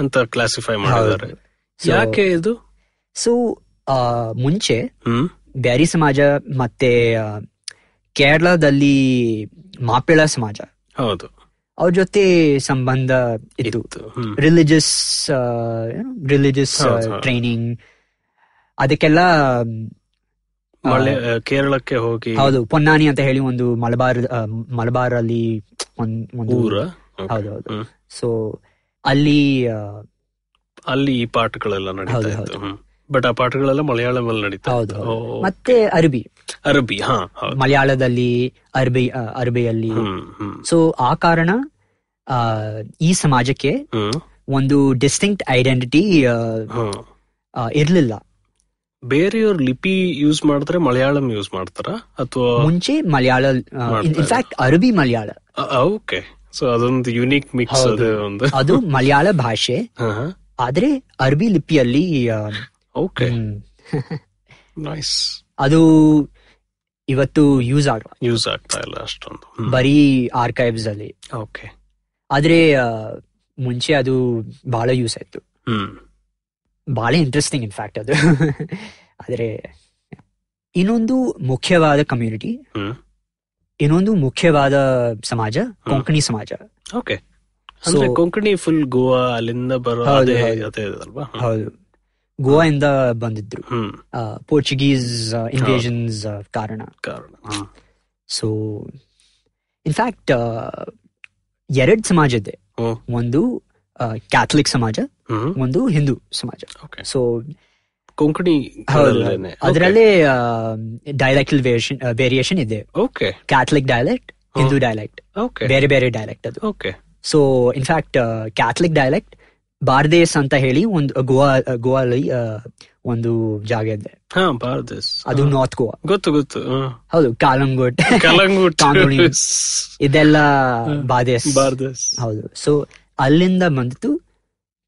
[SPEAKER 2] ಅಂತ ಕ್ಲಾಸಿಫೈ ಮಾಡಿದ್ದಾರೆ
[SPEAKER 6] So-
[SPEAKER 2] ಯಾಕೆ ಇದು
[SPEAKER 6] ಸೊ ಮುಂಚೆ
[SPEAKER 2] ಹ್ಮ್
[SPEAKER 6] ಬ್ಯಾರಿ ಸಮಾಜ ಮತ್ತೆ ಆ, ಕೇರಳದಲ್ಲಿ ಮಾಪಿಳ ಸಮಾಜ
[SPEAKER 2] ಹೌದು
[SPEAKER 6] ಅವ್ರ ಜೊತೆ ಸಂಬಂಧ ಇತ್ತು
[SPEAKER 2] ಇತ್ತು. ಹ್ಮ್.
[SPEAKER 6] ರಿಲಿಜಿಯಸ್ ರಿಲಿಜಿಯಸ್
[SPEAKER 2] ಹೌದ್ ಹೌದ್.
[SPEAKER 6] ಟ್ರೈನಿಂಗ್ ಅದಕ್ಕೆಲ್ಲ ಮ್, ಆ,
[SPEAKER 2] ಮಳೆ ಆ, ಕೇರಳಕ್ಕೆ ಹೋಗಿ
[SPEAKER 6] ಹೌದು ಪೊನ್ನಾನಿ ಅಂತ ಹೇಳಿ ಒಂದು ಮಲಬಾರ್ ಆ, ಮಲಬಾರ್ ಅಲ್ಲಿ ಒಂದ್ ಒಂದು
[SPEAKER 2] ಊರ Okay.
[SPEAKER 6] ಹೌದು ಹೌದು
[SPEAKER 2] ಹ್ಮ್.
[SPEAKER 6] ಸೊ ಅಲ್ಲಿ ಆ,
[SPEAKER 2] ಅಲ್ಲಿ ಈ ಪಾಠಗಳೆಲ್ಲ ನಡೀತಾ
[SPEAKER 6] ಹೌದು,
[SPEAKER 2] ಇತ್ತು
[SPEAKER 6] ಹೌದು.
[SPEAKER 2] ಬಟ್ ಆ ಪಾಠಗಳೆಲ್ಲ ಮಲಯಾಳಂ ಅಲ್ಲಿ ನಡೀತಾ
[SPEAKER 6] ಹೌದು
[SPEAKER 2] ಇತ್ತು
[SPEAKER 6] ಹೌದು.
[SPEAKER 2] ಓ,
[SPEAKER 6] ಮತ್ತೆ ಅರಬಿ
[SPEAKER 2] ಅರಬ್ಬಿ ಹಾ ಹೌದು
[SPEAKER 6] ಮಲಯಾಳದಲ್ಲಿ ಅರಬಿ ಆ, ಅರಬಿಯಲ್ಲಿ
[SPEAKER 2] ಹ್ಮ್ ಹ್ಮ್
[SPEAKER 6] ಸೊ ಆ ಕಾರಣ ಆ, ಈ ಸಮಾಜಕ್ಕೆ
[SPEAKER 2] ಹ್ಮ್
[SPEAKER 6] ಒಂದು ಡಿಸ್ಟಿಂಕ್ಟ್ ಐಡೆಂಟಿಟಿ
[SPEAKER 2] ಹಾ.
[SPEAKER 6] ಇರ್ಲಿಲ್ಲ
[SPEAKER 2] ಬೇರೆಯವ್ರ ಲಿಪಿ ಯೂಸ್ ಮಾಡಿದ್ರೆ ಮಲಯಾಳಂ ಯೂಸ್ ಮಾಡ್ತಾರ ಅಥವಾ
[SPEAKER 6] ಮುಂಚೆ ಮಲಯಾಳ
[SPEAKER 2] ಮಾಡ್ತಾರೆ.
[SPEAKER 6] In fact Arabi Malayala
[SPEAKER 2] okay so ಅದೊಂದು ಯುನೀಕ್ ಮಿಕ್ಸ್
[SPEAKER 6] ಹೌದು.
[SPEAKER 2] ಅದೇ ಒಂದು
[SPEAKER 6] ಅದು ಮಲಯಾಳ ಭಾಷೆ ಆದ್ರೆ ಅರಬಿ ಲಿಪಿಯಲ್ಲಿ ಆ,
[SPEAKER 2] ಓಕೆ
[SPEAKER 6] ಹ್ಮ್,
[SPEAKER 2] ನೈಸ್
[SPEAKER 6] ಅದು ಇವತ್ತು ಯೂಸ್ ಆಗಲ್ಲ
[SPEAKER 2] ಯೂಸ್ ಆಗ್ತಾ ಇಲ್ಲ ಅಷ್ಟೊಂದು ಹ್ಮ್.
[SPEAKER 6] ಬರೀ ಆರ್ಕೈವ್ಸ್ ಅಲ್ಲಿ
[SPEAKER 2] ಓಕೆ
[SPEAKER 6] ಆದ್ರೆ ಆ, ಮುಂಚೆ ಅದು ಬಹಳ ಯೂಸ್ ಆಯ್ತು
[SPEAKER 2] ಹ್ಮ್
[SPEAKER 6] ಬಹಳ ಇಂಟ್ರೆಸ್ಟಿಂಗ್ ಇನ್ಫ್ಯಾಕ್ಟ್ ಅದು ಆದ್ರೆ ಇನ್ನೊಂದು ಮುಖ್ಯವಾದ ಕಮ್ಯುನಿಟಿ
[SPEAKER 2] ಹ್ಮ್.
[SPEAKER 6] ಇನ್ನೊಂದು ಮುಖ್ಯವಾದ ಸಮಾಜ ಕೊಂಕಣಿ ಸಮಾಜ
[SPEAKER 2] ಓಕೆ ಅಂದ್ರೆ
[SPEAKER 6] So-
[SPEAKER 2] ಕೊಂಕಣಿ ಫುಲ್ ಗೋವಾ ಅಲ್ಲಿಂದ ಬರೋ
[SPEAKER 6] ಹೌದು,
[SPEAKER 2] ಅದೇ
[SPEAKER 6] ಹೌದು.
[SPEAKER 2] ಅದೇ ಅಲ್ವಾ ಹ್ಮ್.
[SPEAKER 6] ಹೌದು ಗೋವಾ ಇಂದ ಬಂದಿದ್ರು
[SPEAKER 2] ಹ್ಮ್
[SPEAKER 6] ಪೋರ್ಚುಗೀಸ್ ಇನ್ವೇಷನ್ಸ್ ಕಾರಣ
[SPEAKER 2] ಕಾರಣ ಹ್ಮ್.
[SPEAKER 6] ಸೊ ಇನ್ಫ್ಯಾಕ್ಟ್ ಎರಡು ಸಮಾಜ ಇದೆ
[SPEAKER 2] ಹ್ಮ್.
[SPEAKER 6] ಒಂದು ಕ್ಯಾಥಲಿಕ್ ಸಮಾಜ
[SPEAKER 2] ಹ್ಮ್
[SPEAKER 6] ಒಂದು ಹಿಂದೂ ಸಮಾಜ
[SPEAKER 2] ಓಕೆ
[SPEAKER 6] ಸೊ
[SPEAKER 2] ಕೊಂಕಣಿ
[SPEAKER 6] ಹೌದು ಅದರಲ್ಲೇ ಡೈಲೆಕ್ಟಲ್ ವೇರಿಯೇಷನ್ ವೇರಿಯೇಷನ್ ಇದೆ
[SPEAKER 2] okay
[SPEAKER 6] Catholic dialect Hindu dialect
[SPEAKER 2] okay
[SPEAKER 6] ಬೇರೆ ಬೇರೆ ಡೈಲೆಕ್ಟ್ ಅದು
[SPEAKER 2] okay
[SPEAKER 6] so in fact Catholic dialect Bardez ಅಂತ ಹೇಳಿ uh, ಒಂದು ಗೋವಾ ಗೋವಾ ಅಲ್ಲಿ ಆ, uh, ಒಂದು ಜಾಗ ಇದೆ
[SPEAKER 2] ಹಾ ಬಾರ್ದಿಸ್
[SPEAKER 6] ಅದು ನಾರ್ತ್ ಗೋವಾ
[SPEAKER 2] Ah, ಗೊತ್ತು ಗೊತ್ತು Ah, ಹಾ.
[SPEAKER 6] ಹೌದು ಕಾಲಂಗೋಟ್
[SPEAKER 2] ಕಲಂಗುಟ್
[SPEAKER 6] ಕಾಂಗುಣಿ. ಇದೆಲ್ಲ ಬಾರ್ದೇಸ್
[SPEAKER 2] ಬಾರ್ದಿಸ್
[SPEAKER 6] ಹೌದು ಸೊ ಅಲ್ಲಿಂದ ಬಂದಿತ್ತು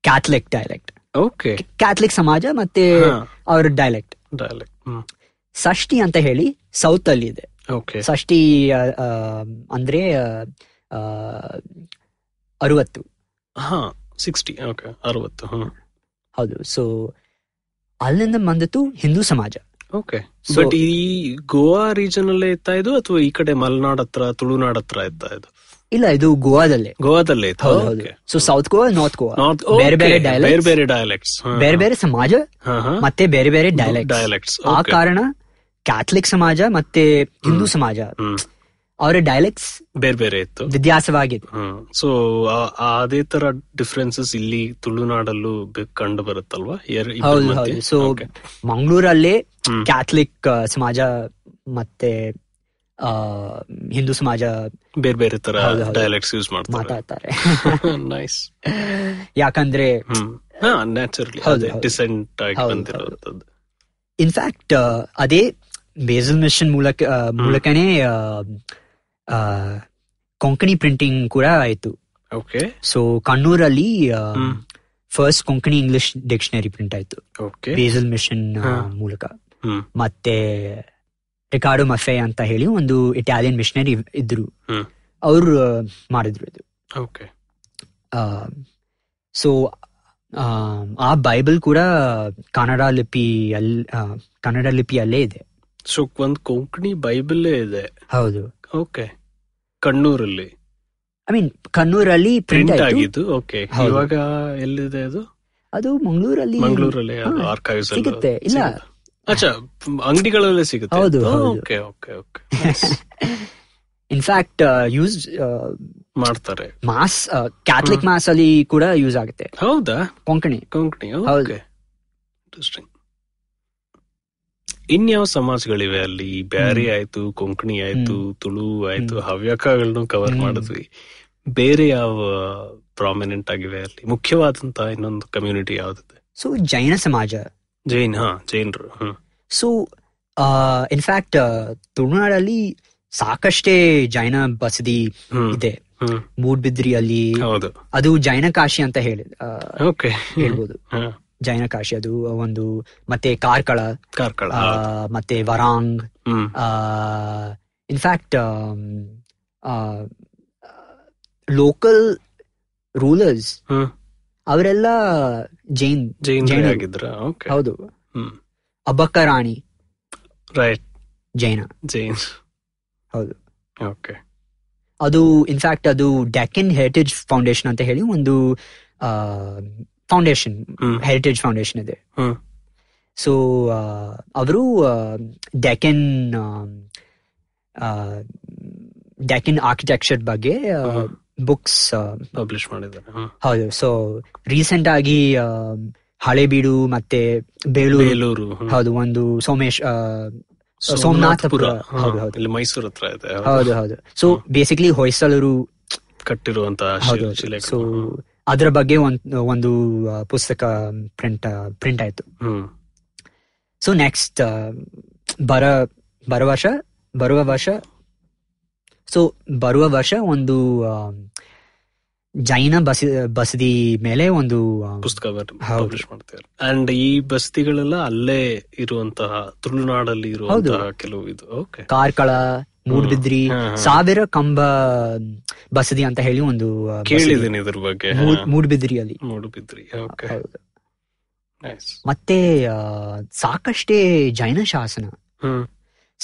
[SPEAKER 6] ಕ್ಯಾಥಲಿಕ್ ಡೈಲೆಕ್ಟ್
[SPEAKER 2] ಓಕೆ
[SPEAKER 6] ಕ್ಯಾಥಲಿಕ್ ಸಮಾಜ ಮತ್ತೆ
[SPEAKER 2] ಹಾ.
[SPEAKER 6] ಅವ್ರ ಡೈಲೆಕ್ಟ್
[SPEAKER 2] ಡೈಲೆಕ್ಟ್ ಹ್ಮ್
[SPEAKER 6] ಷಷ್ಠಿ ಅಂತ ಹೇಳಿ ಸೌತ್ ಅಲ್ಲಿ ಇದೆ
[SPEAKER 2] ಓಕೆ
[SPEAKER 6] ಷಷ್ಠಿ ಆ, ಆ, ಅಂದ್ರೆ ಆ, ಆ, ಅರುವತ್ತು
[SPEAKER 2] ಹಾ ಸಿಕ್ಸ್ಟಿ ಓಕೆ Ah, ಅರವತ್ತು Hmm, ಹ್ಮ್
[SPEAKER 6] ಹೌದು ಸೊ ಅಲ್ಲಿಂದ ಬಂದಿತ್ತು ಹಿಂದೂ ಸಮಾಜ
[SPEAKER 2] ಓಕೆ
[SPEAKER 6] So-
[SPEAKER 2] ಬಟ್ ಈ ಗೋವಾ ರೀಜನ್ ಅಲ್ಲೇ ಇತ್ತಾ ಇದು ಅಥವಾ ಈ ಕಡೆ ಮಲೆನಾಡ್ ಹತ್ರ ತುಳುನಾಡ್ ಹತ್ರ ಇತ್ತಾ ಇದು
[SPEAKER 6] ಇಲ್ಲ ಇದು ಗೋವಾದಲ್ಲೇ
[SPEAKER 2] ಗೋವಾದಲ್ಲೇ ಇತ್ತಾ
[SPEAKER 6] ಹೌದು ಹೌದು so south Goa north Goa
[SPEAKER 2] north
[SPEAKER 6] ಬೇರೆ ಬೇರೆ
[SPEAKER 2] ಬೇರೆ
[SPEAKER 6] dialects.
[SPEAKER 2] ಬೇರೆ ಡೈಲೆಕ್ಟ್ಸ್
[SPEAKER 6] ಬೇರೆ ಬೇರೆ ಸಮಾಜ ಮತ್ತೆ ಬೇರೆ ಬೇರೆ ಡೈಲೆಕ್ಟ್
[SPEAKER 2] ಡೈಲೆಕ್ಟ್ಸ್
[SPEAKER 6] ಆ ಕಾರಣ ಕ್ಯಾಥಲಿಕ್ ಸಮಾಜ ಮತ್ತೆ ಹಿಂದೂ ಸಮಾಜ ಅವರ ಡೈಲೆಕ್ಟ್ಸ್
[SPEAKER 2] ಬೇರೆ ಬೇರೆ ಇತ್ತು
[SPEAKER 6] ವ್ಯತ್ಯಾಸವಾಗಿದೆ
[SPEAKER 2] ಹ್ಮ್ ಸೊ ಅದೇ ತರ ಡಿಫ್ರೆನ್ಸಸ್ ಇಲ್ಲಿ ತುಳುನಾಡಲ್ಲೂ ಬೆ- ಕಂಡು ಬರುತ್ತಲ್ವಾ ಎರ- ಇಬ್ರ
[SPEAKER 6] ಹೌದು
[SPEAKER 2] ಮಧ್ಯೆ?
[SPEAKER 6] ಹೌದು ಸೊ
[SPEAKER 2] Okay.
[SPEAKER 6] ಮಂಗಳೂರಲ್ಲೇ
[SPEAKER 2] ಹ್ಮ್.
[SPEAKER 6] ಕ್ಯಾಥಲಿಕ್ ಆ, ಸಮಾಜ ಮತ್ತೆ ಆ, ಹಿಂದೂ ಸಮಾಜ
[SPEAKER 2] ಬೇರೆ ಬೇರೆ ತರ
[SPEAKER 6] ಹೌದು, ಹೌದು.
[SPEAKER 2] ಡೈಲೆಕ್ಟ್ಸ್ ಯೂಸ್ ಮಾಡ್ತಾರೆ
[SPEAKER 6] ಮಾತಾಡ್ತಾರೆ
[SPEAKER 2] ನೈಸ್
[SPEAKER 6] ಯಾಕಂದ್ರೆ
[SPEAKER 2] ಹ್ಮ್ ಹಾ ನ್ಯಾಚುರಲಿ
[SPEAKER 6] ಹೌದು, ಹೌದು.
[SPEAKER 2] ಡಿಸೆಂಟ್ ಆಗಿ
[SPEAKER 6] ಹೌದು, ಹೌದು.
[SPEAKER 2] ಬಂದಿರುವಂತದ್ದು
[SPEAKER 6] ಇನ್ಫ್ಯಾಕ್ಟ್ uh, ಅದೇ ಬೇಸಲ್ ಮಿಷನ್ ಮೂಲಕ ಆ, ಮೂಲಕನೇ ಆ, ಆ, ಕೊಂಕಣಿ ಪ್ರಿಂಟಿಂಗ್ ಕೂಡ ಆಯ್ತು
[SPEAKER 2] ಓಕೆ
[SPEAKER 6] ಸೊ ಕಣ್ಣೂರಲ್ಲಿ
[SPEAKER 2] ಹ್ಮ್.
[SPEAKER 6] First Konkani English dictionary print ಆಯ್ತು
[SPEAKER 2] ಓಕೆ
[SPEAKER 6] ಬೇಸಲ್ ಮಿಷನ್ ಆ,
[SPEAKER 2] ಹಾ.
[SPEAKER 6] ಮೂಲಕ
[SPEAKER 2] ಹ್ಮ್
[SPEAKER 6] ಮತ್ತೆ ರಿಕಾರ್ಡೋ ಮಫೆ ಅಂತ ಹೇಳಿ ಒಂದು ಇಟಾಲಿಯನ್ ಮಿಷನರಿ ಇದ್ರು
[SPEAKER 2] ಹ್ಮ್.
[SPEAKER 6] ಅವರು uh, ಮಾಡಿದ್ರು ಇದು
[SPEAKER 2] ಓಕೆ
[SPEAKER 6] ಸೊ Um, ಆ ಬೈಬಲ್ ಕೂಡ ಕನ್ನಡ ಲಿಪಿಯಲ್ಲಿ ಆ, ಕನ್ನಡ ಲಿಪಿಯಲ್ಲೇ ಇದೆ
[SPEAKER 2] ಸೊ ಒಂದ್ ಕೊಂಕಣಿ ಬೈಬಲ್ ಇದೆ
[SPEAKER 6] ಹೌದು
[SPEAKER 2] ಓಕೆ ಕಣ್ಣೂರಲ್ಲಿ
[SPEAKER 6] ಐ ಮೀನ್ ಕಣ್ಣೂರಲ್ಲಿ ಪ್ರಿಂಟ್
[SPEAKER 2] ಪ್ರಿಂಟ್
[SPEAKER 6] ಆಯ್ತು
[SPEAKER 2] ಆಗಿದ್ದು ಓಕೆ
[SPEAKER 6] ಹೌದು.
[SPEAKER 2] ಇವಾಗ ಎಲ್ಲಿದೆ ಅದು
[SPEAKER 6] ಅದು ಮಂಗಳೂರಲ್ಲಿ
[SPEAKER 2] ಮಂಗಳೂರಲ್ಲಿ
[SPEAKER 6] ಹಾ,
[SPEAKER 2] ಆರ್ಕೈವ್ಸ್
[SPEAKER 6] ಸಿಗುತ್ತೆ ಇಲ್ಲ
[SPEAKER 2] ಅಚ್ಚಾ ಮ್, ಅಂಗಡಿಗಳಲ್ಲೇ ಸಿಗುತ್ತೆ
[SPEAKER 6] ಹೌದು, ಹೌದು.
[SPEAKER 2] Okay okay okay
[SPEAKER 6] in fact use
[SPEAKER 2] ಮಾಡ್ತಾರೆ
[SPEAKER 6] ಮಾಸ್ ಕ್ಯಾಥಲಿಕ್ ಮಾಸ್ ಅಲ್ಲಿ uh, ಕೂಡ ಯೂಸ್ ಆಗುತ್ತೆ
[SPEAKER 2] ಹೌದಾ
[SPEAKER 6] ಕೊಂಕಣಿ
[SPEAKER 2] ಕೊಂಕಣಿ
[SPEAKER 6] ಹೌದು.
[SPEAKER 2] ಓಕೆ ಇಂಟ್ರೆಸ್ಟಿಂಗ್ ಇನ್ಯಾವ ಸಮಾಜಗಳಿವೆ ಅಲ್ಲಿ ಬ್ಯಾರಿ ಆಯ್ತು ಕೊಂಕಣಿ ಆಯ್ತು ತುಳು ಆಯ್ತು ಹವ್ಯಕಗಳನ್ನೂ ಕವರ್
[SPEAKER 6] ಹ್ಮ್.
[SPEAKER 2] ಮಾಡಿದ್ವಿ ಬೇರೆ ಯಾವ ಪ್ರಾಮಿನೆಂಟ್ ಆಗಿವೆ ಅಲ್ಲಿ ಮುಖ್ಯವಾದಂತ ಇನ್ನೊಂದು ಕಮ್ಯುನಿಟಿ ಯಾವ್ದಿದೆ
[SPEAKER 6] ಸೊ ಜೈನ ಸಮಾಜ
[SPEAKER 2] ಜೈನ್ ಹಾ ಜೈನರು ಹ್ಮ್
[SPEAKER 6] ಸೊ uh, ಇನ್ಫ್ಯಾಕ್ಟ್ ತುಳುನಾಡಲ್ಲಿ ಸಾಕಷ್ಟೇ ಜೈನ ಬಸದಿ
[SPEAKER 2] ಹ್ಮ್
[SPEAKER 6] ಇದೆ
[SPEAKER 2] ಹ್ಮ್
[SPEAKER 6] ಮೂಡ್ಬಿದ್ರಿಯಲ್ಲಿ
[SPEAKER 2] ಹೌದು
[SPEAKER 6] ಅದು ಜೈನ ಕಾಶಿ ಅಂತ ಹೇಳಿ ಆ,
[SPEAKER 2] ಓಕೆ
[SPEAKER 6] ಹೇಳ್ಬೋದು ಜೈನ ಕಾಶಿ ಅದು ಒಂದು ಮತ್ತೆ ಕಾರ್ಕಳ
[SPEAKER 2] ಕಾರ್ಕಳ
[SPEAKER 6] ಆ, ಮತ್ತೆ ವರಾಂಗ್
[SPEAKER 2] ಹ್ಮ್
[SPEAKER 6] ಇನ್ಫ್ಯಾಕ್ಟ್ ಲೋಕಲ್ ರೂಲರ್ಸ್
[SPEAKER 2] ಹ್ಮ್.
[SPEAKER 6] ಅವರೆಲ್ಲ ಜೈನ್
[SPEAKER 2] ಜೈನ್
[SPEAKER 6] ಜೈನರು.
[SPEAKER 2] ಆಗಿದ್ರ ಓಕೆ
[SPEAKER 6] ಹೌದು
[SPEAKER 2] ಹ್ಮ್
[SPEAKER 6] ಅಬ್ಬಕ್ಕ ರಾಣಿ
[SPEAKER 2] ರೈಟ್
[SPEAKER 6] ಜೈನ
[SPEAKER 2] ಜೈನ್
[SPEAKER 6] ಹೌದು
[SPEAKER 2] ಓಕೆ
[SPEAKER 6] ಅದು ಇನ್ಫ್ಯಾಕ್ಟ್ ಅದು ಡ್ಯಾಕೆನ್ ಹೆರಿಟೇಜ್ ಫೌಂಡೇಶನ್ ಅಂತ ಹೇಳಿ ಒಂದು ಫೌಂಡೇಶನ್
[SPEAKER 2] ಹ್ಮ್.
[SPEAKER 6] ಹೆರಿಟೇಜ್ ಫೌಂಡೇಶನ್ ಇದೆ
[SPEAKER 2] ಹ್ಮ್
[SPEAKER 6] ಸೊ ಅವರು ಡ್ಯಾಕೆನ್ ಡ್ಯಾಕೆನ್ ಆರ್ಕಿಟೆಕ್ಚರ್ ಬಗ್ಗೆ ಬುಕ್ಸ್
[SPEAKER 2] ಪಬ್ಲಿಷ್ ಮಾಡಿದ್ದಾರೆ ಹ್ಮ್.
[SPEAKER 6] ಹೌದು ಸೊ ರೀಸೆಂಟ್ ಆಗಿ ಆ, ಹಳೆಬೀಡು ಮತ್ತೆ ಬೇಲೂರು
[SPEAKER 2] ಬೇಲೂರು ಹ್ಮ್.
[SPEAKER 6] ಹೌದು ಒಂದು ಸೋಮೇಶ್ ಆ, ಸೋಮನಾಥಪುರ
[SPEAKER 2] ಸೋಮನಾಥಪುರ ಹಾ,
[SPEAKER 6] ಹೌದು ಹೌದು
[SPEAKER 2] ಇಲ್ಲಿ ಮೈಸೂರು ಹತ್ರ ಇದೆ
[SPEAKER 6] ಹೌದು ಹೌದು ಸೊ ಬೇಸಿಕ್ಲಿ ಹೊಯ್ಸಳರು
[SPEAKER 2] ಕಟ್ಟಿರುವಂತ
[SPEAKER 6] ಹೌದು ಸೊ ಅದರ ಬಗ್ಗೆ ಒಂದ್ ಒಂದು ಆ, ಪುಸ್ತಕ ಪ್ರಿಂಟ್ ಪ್ರಿಂಟ್ ಆಯ್ತು
[SPEAKER 2] ಹ್ಮ್
[SPEAKER 6] ಸೊ ನೆಕ್ಸ್ಟ್ ಬರ ಬರುವ ವರ್ಷ ಬರುವ ವರ್ಷ ಸೊ ಬರುವ ವರ್ಷ ಒಂದು um, ಆ, ಜೈನ ಬಸ ಬಸದಿ ಮೇಲೆ ಒಂದು um, ಆ,
[SPEAKER 2] ಪುಸ್ತಕ
[SPEAKER 6] ಹೌದು.
[SPEAKER 2] ಪಬ್ಲಿಷ್ ಮಾಡ್ತಾರೆ ಅಂಡ್ ಈ ಬಸ್ತಿಗಳೆಲ್ಲ ಅಲ್ಲೇ ಇರುವಂತಹ ತುಳುನಾಡಲ್ಲಿ ಇರುವಂತಹ ಕೆಲವು ಇದು ಓಕೆ
[SPEAKER 6] ಕಾರ್ಕಳ ಮೂಡ್ಬಿದ್ರಿ
[SPEAKER 2] ಹ್ಮ್, ಹ್ಮ್.
[SPEAKER 6] ಸಾವಿರ ಕಂಬ ಬಸದಿ ಅಂತ ಹೇಳಿ ಒಂದು ಆ, ಬಸದಿ.
[SPEAKER 2] ಕೇಳಿದ್ದೀನಿ ಇದ್ರ ಬಗ್ಗೆ ಹಾ.
[SPEAKER 6] ಮೂಡ್- ಮೂಡ್ಬಿದ್ರಿಯಲ್ಲಿ
[SPEAKER 2] ಮೂಡುಬಿದ್ರಿ ಓಕೆ
[SPEAKER 6] ಹೌದು.
[SPEAKER 2] ನೈಸ್
[SPEAKER 6] ಮತ್ತೆ ಆ, ಸಾಕಷ್ಟೇ ಜೈನ ಶಾಸನ
[SPEAKER 2] ಹ್ಮ್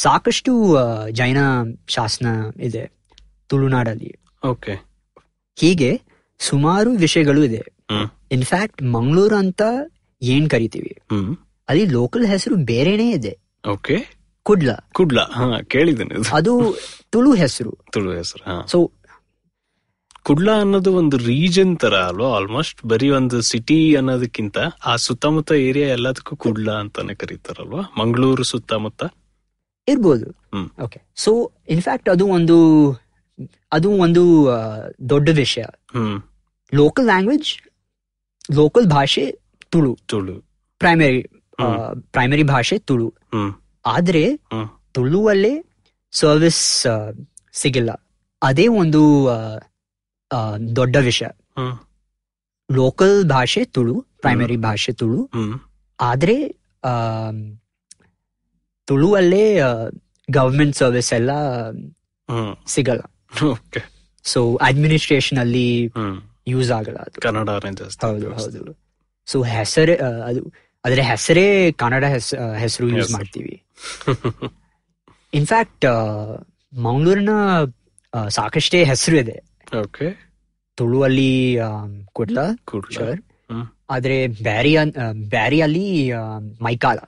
[SPEAKER 6] ಸಾಕಷ್ಟು ಆ, ಜೈನ ಶಾಸನ ಇದೆ ತುಳುನಾಡಲ್ಲಿ
[SPEAKER 2] ಓಕೆ
[SPEAKER 6] ಹೀಗೆ ಸುಮಾರು ವಿಷಯಗಳು ಇದೆ
[SPEAKER 2] ಹ್ಮ್.
[SPEAKER 6] ಇನ್ಫ್ಯಾಕ್ಟ್ ಮಂಗಳೂರು ಅಂತ ಏನ್ ಕರಿತೀವಿ
[SPEAKER 2] ಹ್ಮ್
[SPEAKER 6] ಅಲ್ಲಿ ಲೋಕಲ್ ಹೆಸರು ಬೇರೆನೇ ಇದೆ
[SPEAKER 2] ಓಕೆ
[SPEAKER 6] ಕುಡ್ಲ
[SPEAKER 2] ಕುಡ್ಲ ಹಾ ಕೇಳಿದ್ದೀನಿ ಇದು
[SPEAKER 6] ಅದು ತುಳು ಹೆಸರು
[SPEAKER 2] ತುಳು ಹೆಸರು ಹಾ
[SPEAKER 6] ಸೊ
[SPEAKER 2] ಕುಡ್ಲ ಅನ್ನೋದು ಒಂದು ರೀಜನ್ ತರ ಅಲ್ವಾ ಆಲ್ಮೋಸ್ಟ್ ಬರೀ ಒಂದು ಸಿಟಿ ಅನ್ನೋದಕ್ಕಿಂತ ಆ ಸುತ್ತಮುತ್ತ ಏರಿಯಾ ಎಲ್ಲದಕ್ಕೂ ಕುಡ್ಲ ಅಂತಾನೆ ಕರೀತಾರಲ್ವಾ ಮಂಗಳೂರು ಸುತ್ತಮುತ್ತ
[SPEAKER 6] ಇರ್ಬೋದು
[SPEAKER 2] ಹ್ಮ್.
[SPEAKER 6] ಓಕೆ ಸೊ ಇನ್ಫ್ಯಾಕ್ಟ್ ಅದು ಒಂದು ಅದು ಒಂದು ಆ, ದೊಡ್ಡ ವಿಷಯ
[SPEAKER 2] ಹ್ಮ್
[SPEAKER 6] ಲೋಕಲ್ ಲ್ಯಾಂಗ್ವೇಜ್ ಲೋಕಲ್ ಭಾಷೆ ತುಳು
[SPEAKER 2] ತುಳು
[SPEAKER 6] ಪ್ರೈಮರಿ
[SPEAKER 2] ಹ್ಮ್.
[SPEAKER 6] ಪ್ರೈಮರಿ ಭಾಷೆ ತುಳು
[SPEAKER 2] ಹ್ಮ್
[SPEAKER 6] ಆದ್ರೆ
[SPEAKER 2] ಹ್ಮ್.
[SPEAKER 6] ತುಳುವಲ್ಲೇ ಸರ್ವಿಸ್ ಸಿಗಿಲ್ಲ ಅದೇ ಒಂದು ಆ, ಆ, ದೊಡ್ಡ ವಿಷಯ
[SPEAKER 2] ಹ್ಮ್
[SPEAKER 6] ಲೋಕಲ್ ಭಾಷೆ ತುಳು ಪ್ರೈಮರಿ ಭಾಷೆ ತುಳು
[SPEAKER 2] ಹ್ಮ್
[SPEAKER 6] ಆದ್ರೆ ಆ, ತುಳುವಲ್ಲೇ ಗವರ್ಮೆಂಟ್ ಸರ್ವಿಸ್ ಎಲ್ಲ
[SPEAKER 2] ಹ್ಮ್
[SPEAKER 6] ಸಿಗಲ್ಲ
[SPEAKER 2] ಓಕೆ
[SPEAKER 6] ಸೊ ಅಡ್ಮಿನಿಸ್ಟ್ರೇಷನ್ ಅಲ್ಲಿ
[SPEAKER 2] ಹ್ಮ್
[SPEAKER 6] ಯೂಸ್ ಆಗಲ್ಲ ಅದು
[SPEAKER 2] ಕನ್ನಡನೇ ಜಾಸ್ತಿ
[SPEAKER 6] ಹೌದು ಹೌದು ಸೊ ಹೆಸರೇ ಆ, ಅದು ಅದರ ಹೆಸರೇ ಕನ್ನಡ ಹೆಸ- ಆ, ಹೆಸರು ಯೂಸ್
[SPEAKER 2] ಹೆಸರು.
[SPEAKER 6] ಮಾಡ್ತೀವಿ ಇನ್ಫ್ಯಾಕ್ಟ್ ಮಂಗಳೂರಿನ ಆ, ಸಾಕಷ್ಟೇ ಹೆಸರು ಇದೆ
[SPEAKER 2] ಓಕೆ
[SPEAKER 6] ತುಳುವಲ್ಲಿ ಆ, ಕುಡ್ಲ
[SPEAKER 2] ಕುಡ್ಲ
[SPEAKER 6] ಶೋರ್
[SPEAKER 2] ಹ್ಮ್.
[SPEAKER 6] ಆದ್ರೆ ಬ್ಯಾರಿ ಅನ್- ಆ, ಬ್ಯಾರಿಯಲ್ಲಿ ಆ, ಮೈಕಾಲ